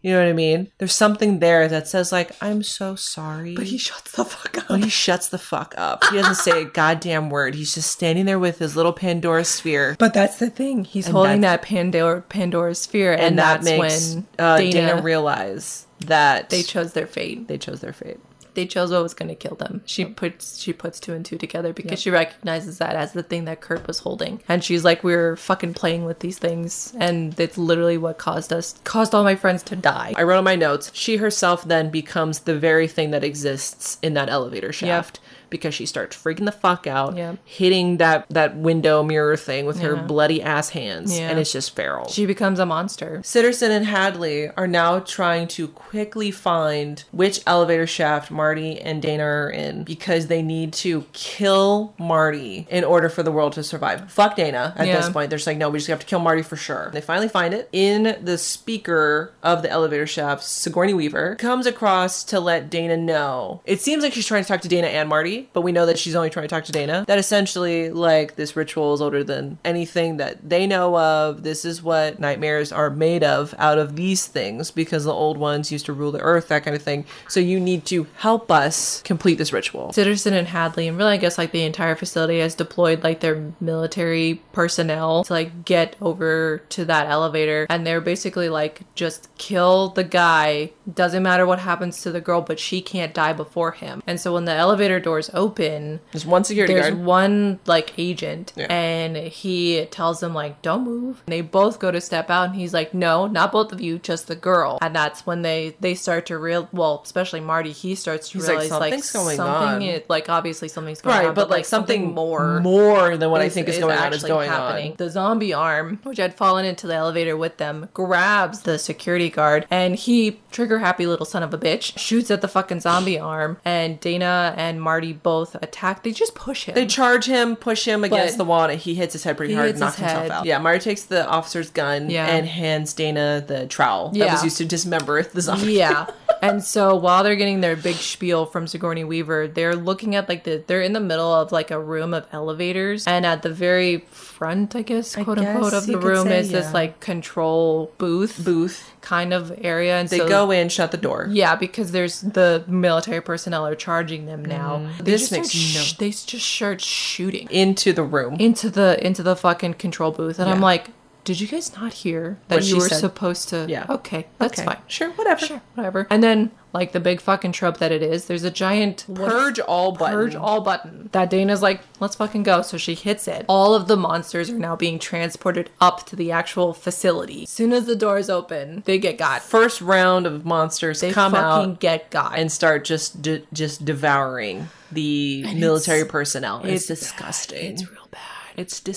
Speaker 2: You know what I mean? There's something there that says like I'm so sorry.
Speaker 1: But he shuts the fuck
Speaker 2: But
Speaker 1: up.
Speaker 2: he shuts the fuck up. He doesn't say a goddamn word. He's just standing there with his little Pandora sphere.
Speaker 1: But that's the thing. He's
Speaker 2: And
Speaker 1: holding that Pandora Pandora's sphere, and,
Speaker 2: And that
Speaker 1: that's
Speaker 2: makes
Speaker 1: when
Speaker 2: uh, Dana,
Speaker 1: Dana,
Speaker 2: realize that
Speaker 1: they chose their fate.
Speaker 2: they chose their fate.
Speaker 1: They chose what was going to kill them. She puts she puts two and two together because she recognizes that as the thing that Kurt was holding, and she's like, "We were fucking playing with these things, and it's literally what caused us caused all my friends to die."
Speaker 2: I wrote on my notes, she herself then becomes the very thing that exists in that elevator shaft because she starts freaking the fuck out,
Speaker 1: Yeah.
Speaker 2: hitting that, that window mirror thing with her
Speaker 1: Yeah.
Speaker 2: bloody ass hands,
Speaker 1: Yeah.
Speaker 2: and it's just feral.
Speaker 1: She becomes a monster.
Speaker 2: Sitterson and Hadley are now trying to quickly find which elevator shaft Marty and Dana are in because they need to kill Marty in order for the world to survive. Fuck Dana at this
Speaker 1: Yeah.
Speaker 2: point. They're just like, no, we just have to kill Marty for sure. They finally find it. In the speaker of the elevator shaft, Sigourney Weaver comes across to let Dana know. It seems like she's trying to talk to Dana and Marty, but we know that she's only trying to talk to Dana. That essentially, like, this ritual is older than anything that they know of. This is what nightmares are made of out of these things because the old ones used to rule the earth, that kind of thing. So you need to help us complete this ritual.
Speaker 1: Sitterson and Hadley, and really, I guess like the entire facility has deployed like their military personnel to like get over to that elevator, and they're basically like just kill the guy. Doesn't matter what happens to the girl, but she can't die before him. And so when the elevator doors open,
Speaker 2: There's one security
Speaker 1: there's
Speaker 2: guard.
Speaker 1: one like agent,
Speaker 2: Yeah.
Speaker 1: and he tells them like don't move. And they both go to step out, and he's like, no, not both of you, just the girl. And that's when they they start to real well, especially Marty. He starts to
Speaker 2: He's like,
Speaker 1: realize like,
Speaker 2: "Something's going
Speaker 1: something
Speaker 2: on."
Speaker 1: Is, like obviously something's going
Speaker 2: Right,
Speaker 1: on,
Speaker 2: Uh, but, like something, more more than what I think is, going on is
Speaker 1: actually
Speaker 2: going on.
Speaker 1: The zombie arm, which had fallen into the elevator with them, grabs the security guard and he, trigger happy little son of a bitch, shoots at the fucking zombie arm. And Dana and Marty both attack. They just push him.
Speaker 2: They charge him, push him against
Speaker 1: But-
Speaker 2: the wall, and he hits his head pretty
Speaker 1: He
Speaker 2: hard,
Speaker 1: hits
Speaker 2: knocks
Speaker 1: his
Speaker 2: himself
Speaker 1: head.
Speaker 2: out. Yeah, Mari takes the officer's gun
Speaker 1: Yeah.
Speaker 2: and hands Dana the trowel that
Speaker 1: Yeah.
Speaker 2: was used to dismember the zombie.
Speaker 1: yeah. And so while they're getting their big spiel from Sigourney Weaver, they're looking at like the they're in the middle of like a room of elevators, and at the very front, I guess, quote unquote,
Speaker 2: guess
Speaker 1: of
Speaker 2: you
Speaker 1: the
Speaker 2: could
Speaker 1: room
Speaker 2: say,
Speaker 1: is
Speaker 2: yeah.
Speaker 1: this like control booth,
Speaker 2: Booth.
Speaker 1: kind of area. And
Speaker 2: They
Speaker 1: so
Speaker 2: go in, shut the door.
Speaker 1: Yeah, because there's the military personnel are charging them now. They
Speaker 2: Mm-hmm. This
Speaker 1: just
Speaker 2: makes
Speaker 1: start sh-
Speaker 2: no-
Speaker 1: They just start shooting
Speaker 2: Into the room.
Speaker 1: into the into the fucking control booth, and I'm
Speaker 2: Yeah.
Speaker 1: like, did you guys not hear that
Speaker 2: What she
Speaker 1: you were
Speaker 2: said.
Speaker 1: supposed to?
Speaker 2: Yeah.
Speaker 1: Okay, that's
Speaker 2: Okay.
Speaker 1: fine.
Speaker 2: Sure, whatever.
Speaker 1: Sure, whatever. And then like the big fucking trope that it is, there's a giant what-
Speaker 2: Purge all button.
Speaker 1: Purge all button. That Dana's like, let's fucking go. So she hits it. All of the monsters are now being transported up to the actual facility. Soon as the doors open, they get got.
Speaker 2: First round of monsters
Speaker 1: They
Speaker 2: come
Speaker 1: fucking
Speaker 2: out
Speaker 1: get got.
Speaker 2: and start just de- just devouring the military personnel. It's, disgusting. It's,
Speaker 1: real bad.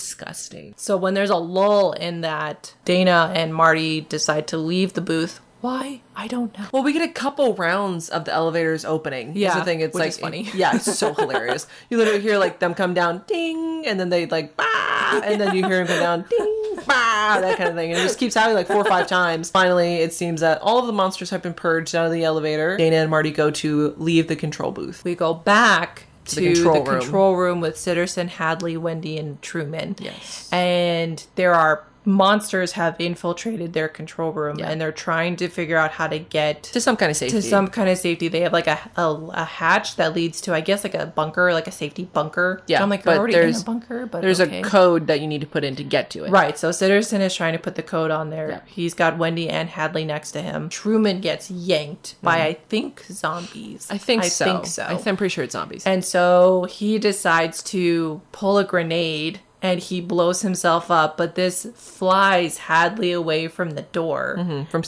Speaker 2: disgusting.
Speaker 1: So when there's a lull in that, Dana and Marty decide to leave the booth. Why? I don't know.
Speaker 2: Well, we get a couple rounds of the elevators opening. Yeah,
Speaker 1: Yeah,
Speaker 2: the thing. It's
Speaker 1: which
Speaker 2: like
Speaker 1: is funny.
Speaker 2: yeah, it's so hilarious. You literally hear like them come down, ding, and then they like bah, and then you hear them come down, ding, bah, that kind of thing. And it just keeps happening like four or five times. Finally, it seems that all of the monsters have been purged out of the elevator. Dana and Marty go to leave the control booth.
Speaker 1: We go back to the
Speaker 2: control
Speaker 1: control,
Speaker 2: room.
Speaker 1: room. with Sitterson, Hadley, Wendy, and Truman.
Speaker 2: Yes.
Speaker 1: And there are monsters have infiltrated their control room
Speaker 2: Yeah.
Speaker 1: and they're trying to figure out how to get
Speaker 2: to some kind of safety.
Speaker 1: to some kind of safety. They have like a, a, a hatch that leads to, I guess, like a bunker, like a safety bunker.
Speaker 2: Yeah,
Speaker 1: So I'm like, they're
Speaker 2: but
Speaker 1: already in a
Speaker 2: there's-
Speaker 1: bunker, but
Speaker 2: There's
Speaker 1: okay.
Speaker 2: a code that you need to put in to get to it.
Speaker 1: Right, so Sitterson is trying to put the code on there.
Speaker 2: Yeah.
Speaker 1: He's got Wendy and Hadley next to him. Truman gets yanked by, I think, zombies.
Speaker 2: Mm-hmm. I think
Speaker 1: I
Speaker 2: so.
Speaker 1: think so.
Speaker 2: I am pretty sure it's zombies.
Speaker 1: and so he decides to pull a grenade and he blows himself up, but this flies Hadley away from the door. from
Speaker 2: from
Speaker 1: the-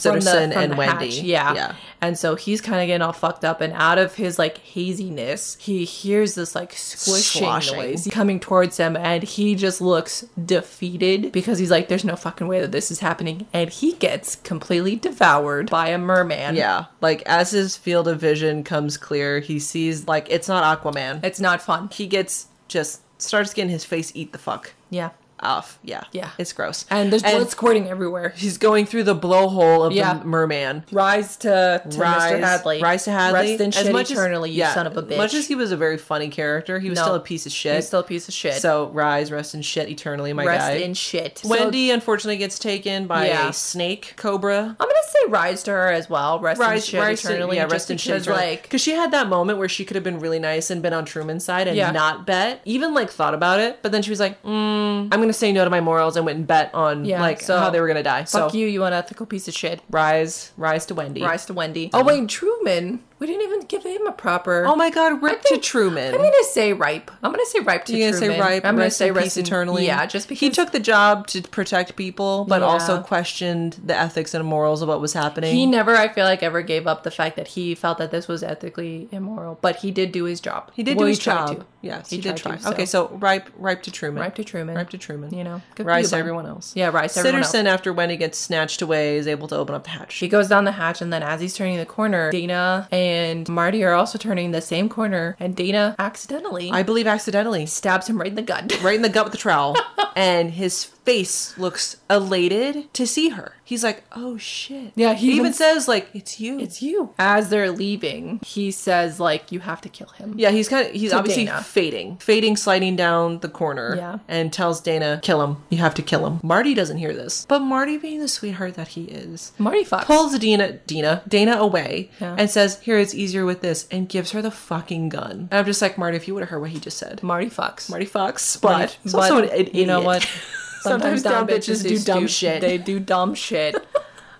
Speaker 1: from
Speaker 2: Citizen Mm-hmm. and
Speaker 1: the
Speaker 2: Wendy.
Speaker 1: hatch, Yeah.
Speaker 2: Yeah.
Speaker 1: And so he's kind of getting all fucked up, and out of his like haziness, he hears this like squishing
Speaker 2: Sloshing.
Speaker 1: noise coming towards him, and he just looks defeated because he's like, "There's no fucking way that this is happening," and he gets completely devoured by a merman.
Speaker 2: Yeah. Like as his field of vision comes clear, he sees like it's not Aquaman.
Speaker 1: It's not fun.
Speaker 2: He gets just starts getting his face eat the fuck
Speaker 1: Yeah.
Speaker 2: off. Yeah.
Speaker 1: Yeah.
Speaker 2: It's gross.
Speaker 1: And there's blood
Speaker 2: And
Speaker 1: squirting everywhere.
Speaker 2: he's going through the blowhole of
Speaker 1: Yeah.
Speaker 2: the merman.
Speaker 1: Rise to, to Mr. Hadley.
Speaker 2: Rise to Hadley.
Speaker 1: Rest in shit eternally, you son of a bitch.
Speaker 2: As much as he was a very funny character, he was
Speaker 1: No.
Speaker 2: still a piece of shit.
Speaker 1: He's still a piece of shit.
Speaker 2: So rise, rest in shit eternally, my
Speaker 1: Rest
Speaker 2: guy.
Speaker 1: in shit. So-
Speaker 2: Wendy unfortunately gets taken by
Speaker 1: Yeah.
Speaker 2: a snake cobra.
Speaker 1: I'm gonna say rise to her as well. Rest
Speaker 2: Rise,
Speaker 1: in shit
Speaker 2: rise
Speaker 1: eternally.
Speaker 2: in, yeah,
Speaker 1: just
Speaker 2: rest in shit.
Speaker 1: because,
Speaker 2: eternally.
Speaker 1: Like,
Speaker 2: 'Cause she had that moment where she could have been really nice and been on Truman's side and
Speaker 1: Yeah.
Speaker 2: not bet, even like thought about it, but then she was like, mm, "I'm gonna say no to my morals" and went and bet on
Speaker 1: Yeah,
Speaker 2: like
Speaker 1: so-
Speaker 2: how they were gonna die.
Speaker 1: fuck
Speaker 2: so
Speaker 1: you, you unethical piece of shit.
Speaker 2: rise, rise to Wendy.
Speaker 1: Rise to Wendy. Oh wait, Truman. We didn't even give him a proper.
Speaker 2: Oh my God, rip
Speaker 1: think-
Speaker 2: to Truman.
Speaker 1: I'm gonna say ripe. I'm gonna say ripe to
Speaker 2: You're gonna
Speaker 1: Truman.
Speaker 2: say ripe,
Speaker 1: I'm
Speaker 2: I'm
Speaker 1: gonna
Speaker 2: rest
Speaker 1: say
Speaker 2: in
Speaker 1: rest
Speaker 2: peace
Speaker 1: in-
Speaker 2: eternally.
Speaker 1: Yeah, just because
Speaker 2: he took the job to protect people, but
Speaker 1: Yeah.
Speaker 2: also questioned the ethics and morals of what was happening.
Speaker 1: He never, I feel like, ever gave up the fact that he felt that this was ethically immoral, but he did do his job.
Speaker 2: He did
Speaker 1: Well,
Speaker 2: do his
Speaker 1: tried
Speaker 2: job.
Speaker 1: to.
Speaker 2: Yes,
Speaker 1: He
Speaker 2: he, did
Speaker 1: tried
Speaker 2: try.
Speaker 1: to,
Speaker 2: Okay, so ripe, ripe to Truman.
Speaker 1: Ripe to Truman.
Speaker 2: Ripe to Truman.
Speaker 1: You know, good for you,
Speaker 2: rise to
Speaker 1: bud.
Speaker 2: everyone else.
Speaker 1: Yeah, rise to everyone else.
Speaker 2: Citizen, after Wendy gets snatched away, is able to open up the hatch.
Speaker 1: She goes down the hatch, and then as he's turning the corner, Dana and Marty are also turning the same corner, and Dana accidentally
Speaker 2: I believe accidentally,
Speaker 1: stabs him right in the gut.
Speaker 2: right in the gut with the trowel, and his face looks elated to see her. He's like, "Oh shit!"
Speaker 1: Yeah, he
Speaker 2: he even
Speaker 1: even-
Speaker 2: says like, "It's you."
Speaker 1: It's you. As they're leaving, he says, like, you have to kill him.
Speaker 2: yeah, he's kind of he's
Speaker 1: To
Speaker 2: obviously
Speaker 1: Dana.
Speaker 2: fading, fading, sliding down the corner.
Speaker 1: Yeah.
Speaker 2: and tells Dana, "Kill him. You have to kill him." Marty doesn't hear this, but Marty, being the sweetheart that he is,
Speaker 1: Marty Fox.
Speaker 2: pulls Dina, Dina, Dana away
Speaker 1: Yeah.
Speaker 2: and says, "Here, it's easier with this," and gives her the fucking gun. And I'm just like, Marty, if you would have heard what he just said,
Speaker 1: Marty Fox.
Speaker 2: Marty Fox,
Speaker 1: Marty-
Speaker 2: but, he's also an
Speaker 1: but
Speaker 2: idiot.
Speaker 1: You know what?
Speaker 2: Sometimes dumb bitches do
Speaker 1: stu-
Speaker 2: dumb shit.
Speaker 1: They do dumb shit.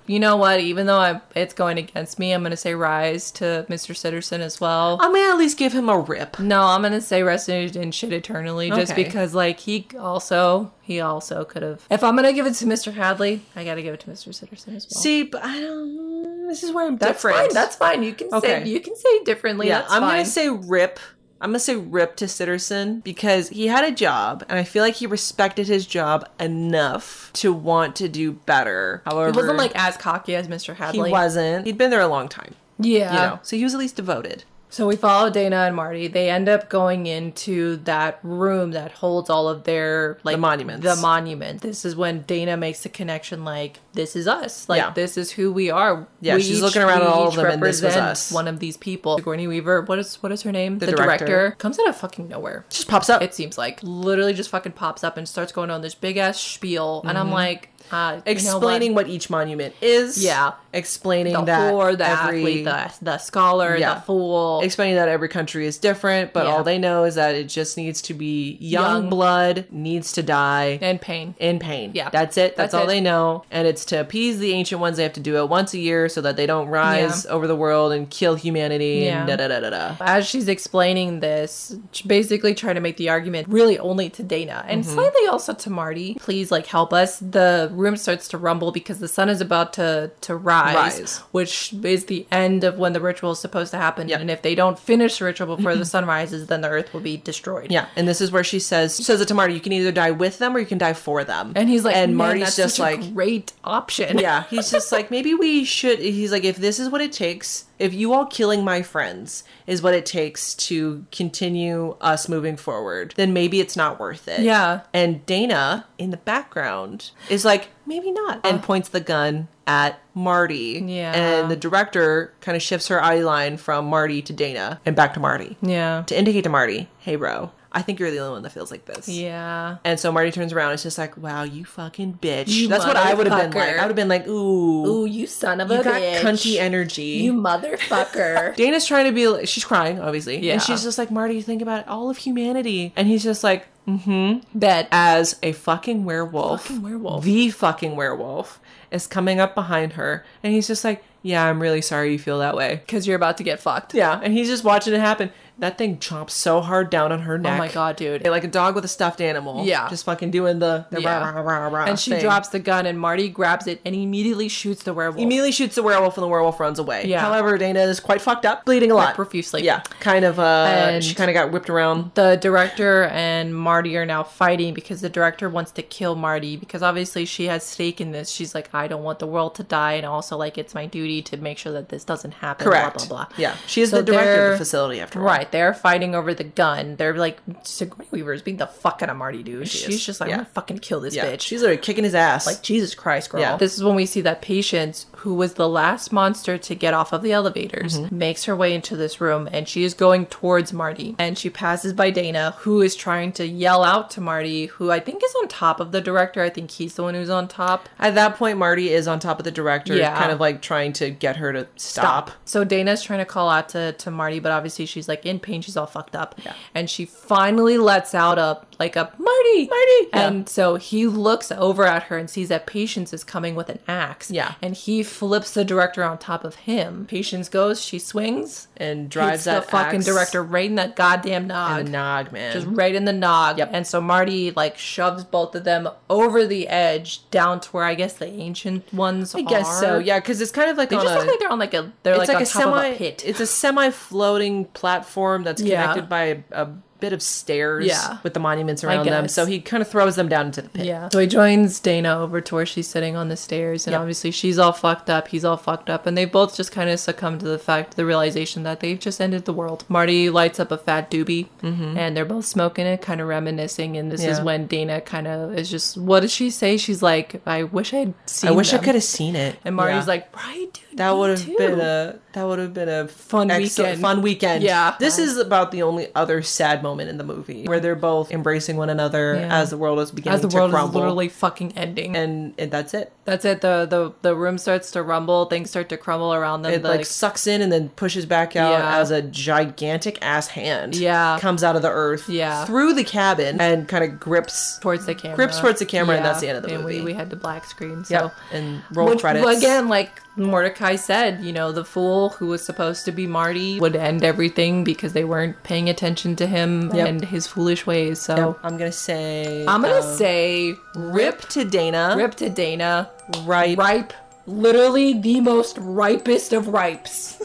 Speaker 1: you know what? Even though I, it's going against me, I'm going to say rise to Mr. Sitterson as well.
Speaker 2: I'm gonna at least give him a rip.
Speaker 1: no, I'm gonna say rest in shit eternally, just
Speaker 2: Okay.
Speaker 1: because like he also he also could have. If I'm gonna give it to Mr. Hadley, I gotta give it to Mr. Sitterson as well.
Speaker 2: See, but I don't. This is where I'm
Speaker 1: that's
Speaker 2: different.
Speaker 1: fine. That's fine. You can
Speaker 2: Okay.
Speaker 1: say you can say differently.
Speaker 2: yeah.
Speaker 1: that's
Speaker 2: I'm
Speaker 1: fine.
Speaker 2: gonna say rip. I'm gonna say rip to Sitterson because he had a job, and I feel like he respected his job enough to want to do better. However,
Speaker 1: He wasn't like as cocky as Mr.
Speaker 2: he
Speaker 1: Hadley.
Speaker 2: wasn't. He'd been there a long time,
Speaker 1: Yeah.
Speaker 2: you know, so he was at least devoted.
Speaker 1: So we follow Dana and Marty. They end up going into that room that holds all of their like
Speaker 2: The monuments.
Speaker 1: The monument. This is when Dana makes the connection like this is us. Like
Speaker 2: Yeah.
Speaker 1: this is who we are.
Speaker 2: Yeah,
Speaker 1: we
Speaker 2: she's looking around at
Speaker 1: we
Speaker 2: all of
Speaker 1: each
Speaker 2: them and this was
Speaker 1: represent
Speaker 2: us.
Speaker 1: One of these people. Sigourney Weaver, what is what is her name? The,
Speaker 2: director.
Speaker 1: comes out of fucking nowhere.
Speaker 2: Just pops up.
Speaker 1: It seems like literally just fucking pops up and starts going on this big ass spiel and I'm like uh, you know what?
Speaker 2: Mm-hmm. explaining what? each monument is.
Speaker 1: Yeah.
Speaker 2: explaining
Speaker 1: the
Speaker 2: that
Speaker 1: whore, the
Speaker 2: every
Speaker 1: athlete, the, the scholar,
Speaker 2: Yeah.
Speaker 1: the fool.
Speaker 2: explaining that every country is different, but
Speaker 1: Yeah.
Speaker 2: all they know is that it just needs to be young,
Speaker 1: Young.
Speaker 2: blood needs to die.
Speaker 1: and pain.
Speaker 2: in pain.
Speaker 1: Yeah.
Speaker 2: That's it.
Speaker 1: That's
Speaker 2: That's, all
Speaker 1: it.
Speaker 2: they know. And it's to appease the ancient ones. They have to do it once a year so that they don't rise over the world and kill humanity and
Speaker 1: Yeah.
Speaker 2: da da da da da.
Speaker 1: as she's explaining this, she basically trying to make the argument really only to Dana and
Speaker 2: Mm-hmm.
Speaker 1: slightly also to Marty. Please, like, help us. The room starts to rumble because the sun is about to to rise,
Speaker 2: Rise.
Speaker 1: which is the end of when the ritual is supposed to happen.
Speaker 2: Yeah.
Speaker 1: And if they don't finish the ritual before the sun rises, then the earth will be destroyed.
Speaker 2: Yeah, and this is where she says she says it to Marty. You can either die with them or you can die for them.
Speaker 1: And he's like,
Speaker 2: and
Speaker 1: "Man,
Speaker 2: Marty's
Speaker 1: that's
Speaker 2: just
Speaker 1: such a
Speaker 2: like,
Speaker 1: great option.
Speaker 2: Yeah, he's just like, maybe we should. He's like, if this is what it takes, if you all killing my friends is what it takes to continue us moving forward, then maybe it's not worth it.
Speaker 1: Yeah.
Speaker 2: And Dana in the background is like, maybe not, and points the gun at Marty.
Speaker 1: Uh. Yeah.
Speaker 2: And the director kind of shifts her eye line from Marty to Dana and back to Marty
Speaker 1: yeah.
Speaker 2: to indicate to Marty, hey, bro. I think you're the only one that feels like this.
Speaker 1: Yeah.
Speaker 2: And so Marty turns around. And it's just like, wow, you fucking bitch.
Speaker 1: You
Speaker 2: That's what I would have been
Speaker 1: motherfucker.
Speaker 2: like. I would have been like, ooh,
Speaker 1: Ooh, you son of
Speaker 2: you
Speaker 1: a
Speaker 2: got
Speaker 1: bitch.
Speaker 2: cunty energy.
Speaker 1: you motherfucker.
Speaker 2: Dana's trying to be like, she's crying, obviously.
Speaker 1: Yeah.
Speaker 2: And she's just like, Marty, think about all of humanity. And he's just like, mm hmm.
Speaker 1: Bet.
Speaker 2: As a fucking werewolf.
Speaker 1: Fucking werewolf.
Speaker 2: The fucking werewolf is coming up behind her. And he's just like, yeah, I'm really sorry you feel that way.
Speaker 1: Because you're about to get fucked.
Speaker 2: Yeah. And he's just watching it happen. That thing chomps so hard down on her neck.
Speaker 1: Oh my god, dude.
Speaker 2: Yeah, Like a dog with a stuffed animal.
Speaker 1: Yeah.
Speaker 2: Just fucking doing the, the
Speaker 1: Yeah.
Speaker 2: rah, rah, rah, rah
Speaker 1: and she
Speaker 2: thing.
Speaker 1: drops the gun, and Marty grabs it and immediately shoots the werewolf.
Speaker 2: Immediately shoots the werewolf and the werewolf runs away.
Speaker 1: Yeah.
Speaker 2: However, Dana is quite fucked up, bleeding a lot.
Speaker 1: profusely.
Speaker 2: Yeah. Kind of uh
Speaker 1: And-
Speaker 2: she kinda got whipped around.
Speaker 1: the director and Marty are now fighting because the director wants to kill Marty because obviously she has stake in this. She's like, I don't want the world to die, and also like it's my duty to make sure that this doesn't happen.
Speaker 2: Correct.
Speaker 1: Blah blah blah.
Speaker 2: Yeah. She is
Speaker 1: So
Speaker 2: the director of
Speaker 1: they're-
Speaker 2: the facility after all.
Speaker 1: Right, they're fighting over the gun. They're like Sigourney Weaver's beating the fuck out of Marty, dude.
Speaker 2: She
Speaker 1: She's
Speaker 2: is.
Speaker 1: just like,
Speaker 2: Yeah.
Speaker 1: I'm gonna fucking kill this
Speaker 2: Yeah.
Speaker 1: bitch.
Speaker 2: She's literally kicking his ass.
Speaker 1: Like, Jesus Christ, girl.
Speaker 2: Yeah.
Speaker 1: This is when we see that Patience, who was the last monster to get off of the elevators, makes her way into this room and she is going towards Marty. And she passes by Dana, who is trying to yell out to Marty, who I think is on top of the director. I think he's the one who's on top.
Speaker 2: At that point, Marty is on top of the director,
Speaker 1: Yeah.
Speaker 2: kind of like trying to get her to stop.
Speaker 1: So Dana's trying to call out to, to Marty, but obviously she's like in pain. She's all fucked up.
Speaker 2: Yeah.
Speaker 1: And she finally lets out a, like a, Marty, Marty.
Speaker 2: Yeah.
Speaker 1: And so he looks over at her and sees that Patience is coming with an axe.
Speaker 2: Yeah.
Speaker 1: And he flips the director on top of him. Patience goes, she swings,
Speaker 2: And
Speaker 1: hits
Speaker 2: drives that
Speaker 1: the fucking
Speaker 2: axe
Speaker 1: director right in that goddamn
Speaker 2: in
Speaker 1: nog.
Speaker 2: the nog, man.
Speaker 1: Just right in the nog.
Speaker 2: Yep.
Speaker 1: And so Marty like shoves both of them over the edge down to where I guess the ancient ones
Speaker 2: I guess so, yeah, because it's kind of like
Speaker 1: They
Speaker 2: on
Speaker 1: just
Speaker 2: a,
Speaker 1: look like they're on like a they're
Speaker 2: it's
Speaker 1: like,
Speaker 2: like,
Speaker 1: on
Speaker 2: a
Speaker 1: top
Speaker 2: semi.
Speaker 1: of a pit.
Speaker 2: It's a semi-floating platform that's
Speaker 1: Yeah.
Speaker 2: connected by a, a bit of stairs
Speaker 1: Yeah.
Speaker 2: with the monuments around them.
Speaker 1: guess.
Speaker 2: So he kind of throws them down into the pit.
Speaker 1: Yeah. So he joins Dana over to where she's sitting on the stairs, and
Speaker 2: Yep.
Speaker 1: obviously she's all fucked up. He's all fucked up, and they both just kind of succumb to the fact, the realization that they've just ended the world. Marty lights up a fat doobie, and they're both smoking it, kind of reminiscing. And this is
Speaker 2: Yeah.
Speaker 1: when Dana kind of is just, what does she say? She's like, I wish I'd seen.
Speaker 2: I wish I
Speaker 1: them."
Speaker 2: could have seen it.
Speaker 1: And Marty's
Speaker 2: Yeah.
Speaker 1: like, right, dude.
Speaker 2: That
Speaker 1: me
Speaker 2: would have
Speaker 1: too."
Speaker 2: been a that would have been a
Speaker 1: Fun
Speaker 2: excellent-
Speaker 1: weekend.
Speaker 2: Fun weekend.
Speaker 1: Yeah.
Speaker 2: This is about the only other sad moment in the movie where they're both embracing one another
Speaker 1: Yeah.
Speaker 2: as the world is beginning
Speaker 1: as the world
Speaker 2: to
Speaker 1: is
Speaker 2: crumble.
Speaker 1: literally fucking ending.
Speaker 2: and, and that's it.
Speaker 1: That's it. The, the the room starts to rumble. Things start to crumble around them.
Speaker 2: It
Speaker 1: the,
Speaker 2: like, sucks in and then pushes back out
Speaker 1: Yeah.
Speaker 2: as a gigantic ass hand.
Speaker 1: Yeah.
Speaker 2: Comes out of the earth.
Speaker 1: Yeah.
Speaker 2: Through the cabin and kind of grips
Speaker 1: towards the camera.
Speaker 2: Grips towards the camera, and that's the end of the
Speaker 1: and we-
Speaker 2: movie.
Speaker 1: We, had the black screen. So
Speaker 2: yep. and roll
Speaker 1: Which,
Speaker 2: credits
Speaker 1: Again, like Mordecai said, you know, the fool who was supposed to be Marty would end everything because they weren't paying attention to him
Speaker 2: Yep.
Speaker 1: and his foolish ways. So
Speaker 2: Yep. I'm gonna say
Speaker 1: I'm gonna
Speaker 2: um,
Speaker 1: say
Speaker 2: rip
Speaker 1: rip
Speaker 2: to Dana.
Speaker 1: rip to Dana.
Speaker 2: Ripe.
Speaker 1: Ripe. Literally the most ripest of ripes.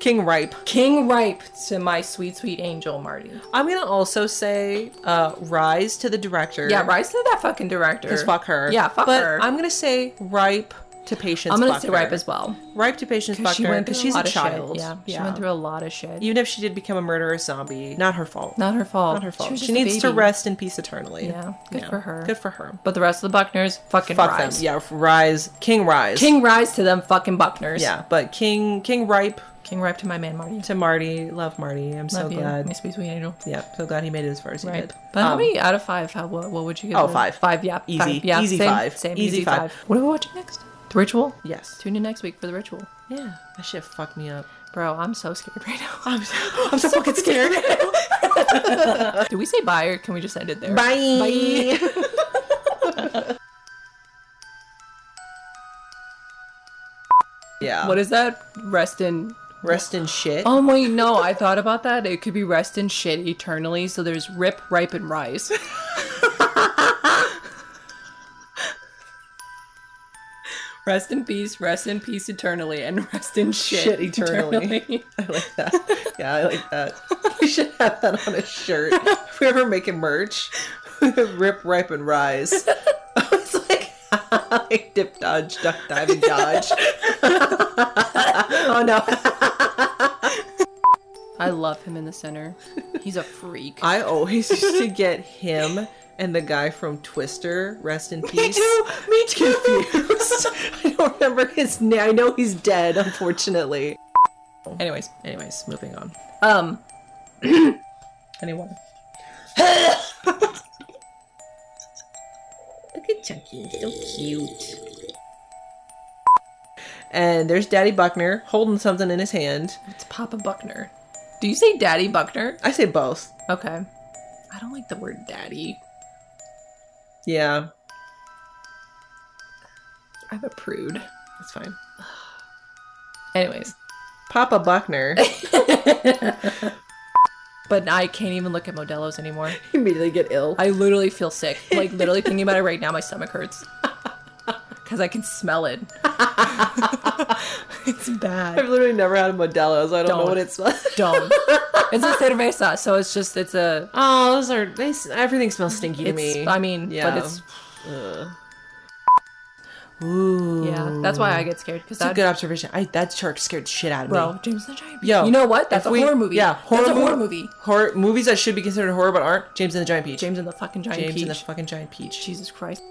Speaker 2: King Ripe.
Speaker 1: King ripe to my sweet, sweet angel Marty.
Speaker 2: I'm gonna also say uh, rise to the director.
Speaker 1: Yeah, rise to that fucking director.
Speaker 2: Because fuck her.
Speaker 1: Yeah, fuck
Speaker 2: but
Speaker 1: her.
Speaker 2: I'm gonna say ripe to patience.
Speaker 1: I'm gonna
Speaker 2: fuck
Speaker 1: say
Speaker 2: her.
Speaker 1: ripe as well.
Speaker 2: ripe to patience. Fuck
Speaker 1: She
Speaker 2: her,
Speaker 1: went through
Speaker 2: 'cause she's
Speaker 1: a lot
Speaker 2: a
Speaker 1: of
Speaker 2: child.
Speaker 1: shit. Yeah, she went through a lot of shit.
Speaker 2: Even if she did become a murderous zombie, not her fault.
Speaker 1: Not her fault.
Speaker 2: Not her fault.
Speaker 1: was
Speaker 2: She,
Speaker 1: just a
Speaker 2: needs to
Speaker 1: baby.
Speaker 2: rest in peace eternally.
Speaker 1: Yeah, good for her.
Speaker 2: Good for her.
Speaker 1: But the rest of the Buckners, fucking
Speaker 2: Fuck
Speaker 1: rise.
Speaker 2: them. Yeah, rise, King Rise.
Speaker 1: King rise to them, fucking Buckners.
Speaker 2: Yeah, but King King Ripe
Speaker 1: King ripe to my man Marty.
Speaker 2: to Marty. Love Marty. I'm so
Speaker 1: Love you,
Speaker 2: glad.
Speaker 1: my sweet sweet angel.
Speaker 2: Yeah, so glad he made it as far as he
Speaker 1: Right.
Speaker 2: did.
Speaker 1: But how
Speaker 2: Um,
Speaker 1: many out of five? How what, what would you give?
Speaker 2: Oh,
Speaker 1: it?
Speaker 2: five.
Speaker 1: Five. Yeah.
Speaker 2: Easy.
Speaker 1: Five, yeah.
Speaker 2: Easy
Speaker 1: same,
Speaker 2: five.
Speaker 1: Same.
Speaker 2: Easy
Speaker 1: Easy, five.
Speaker 2: five.
Speaker 1: What are we watching next? The Ritual.
Speaker 2: Yes.
Speaker 1: Tune in next week for the Ritual.
Speaker 2: Yeah, that shit fucked me up.
Speaker 1: Bro, I'm so scared right now.
Speaker 2: I'm so, I'm so fucking scared.
Speaker 1: Do we say bye or can we just end it there?
Speaker 2: Bye. yeah.
Speaker 1: What is that? Rest in.
Speaker 2: rest in shit?
Speaker 1: Oh wait, no. I thought about that. It could be rest in shit eternally. So there's rip, ripe, and rise. rest in peace. Rest in peace eternally, and rest in shit,
Speaker 2: Shit eternally. I like that. Yeah, I like that. we should have that on a shirt. If we ever make a merch, rip, ripe, and rise. I was like, like dip, dodge, duck, dive, and dodge. oh no.
Speaker 1: I love him in the center. He's a freak.
Speaker 2: I always used to get him and the guy from Twister, rest in peace.
Speaker 1: Me too.
Speaker 2: Confused. I don't remember his name. I know he's dead, unfortunately.
Speaker 1: Anyways,
Speaker 2: Anyways, moving on.
Speaker 1: um,
Speaker 2: Anyone? Look at Chucky, so cute. And there's Daddy Buckner holding something in his hand.
Speaker 1: It's Papa Buckner. Do you say Daddy Buckner?
Speaker 2: I say both.
Speaker 1: Okay. I don't like the word daddy.
Speaker 2: Yeah,
Speaker 1: I'm a prude.
Speaker 2: that's fine.
Speaker 1: Anyways.
Speaker 2: Papa Buckner
Speaker 1: But I can't even look at Modelo's anymore.
Speaker 2: immediately get ill.
Speaker 1: I literally feel sick. Like literally thinking about it right now, my stomach hurts. Cause I can smell it. it's
Speaker 2: I've
Speaker 1: bad.
Speaker 2: literally never had a Modelo, so I don't, know
Speaker 1: Don't.
Speaker 2: what it's like.
Speaker 1: Don't. It's a cerveza, so it's just it's a.
Speaker 2: Oh, those are they. s- Everything smells stinky to
Speaker 1: It's,
Speaker 2: me.
Speaker 1: I mean,
Speaker 2: Yeah.
Speaker 1: but it's
Speaker 2: Ugh. Ooh,
Speaker 1: yeah. That's why I get scared because
Speaker 2: That's a
Speaker 1: that
Speaker 2: good observation. I that shark scared the shit out of me.
Speaker 1: bro, James and the Giant.
Speaker 2: Yo,
Speaker 1: Peach. you know what? That's a
Speaker 2: if we-
Speaker 1: horror movie.
Speaker 2: Yeah, horror
Speaker 1: That's a
Speaker 2: mov-
Speaker 1: horror movie.
Speaker 2: Horror movies that should be considered horror but aren't. James and the Giant Peach.
Speaker 1: James and the fucking Giant
Speaker 2: James
Speaker 1: Peach.
Speaker 2: and the fucking Giant Peach.
Speaker 1: Jesus Christ.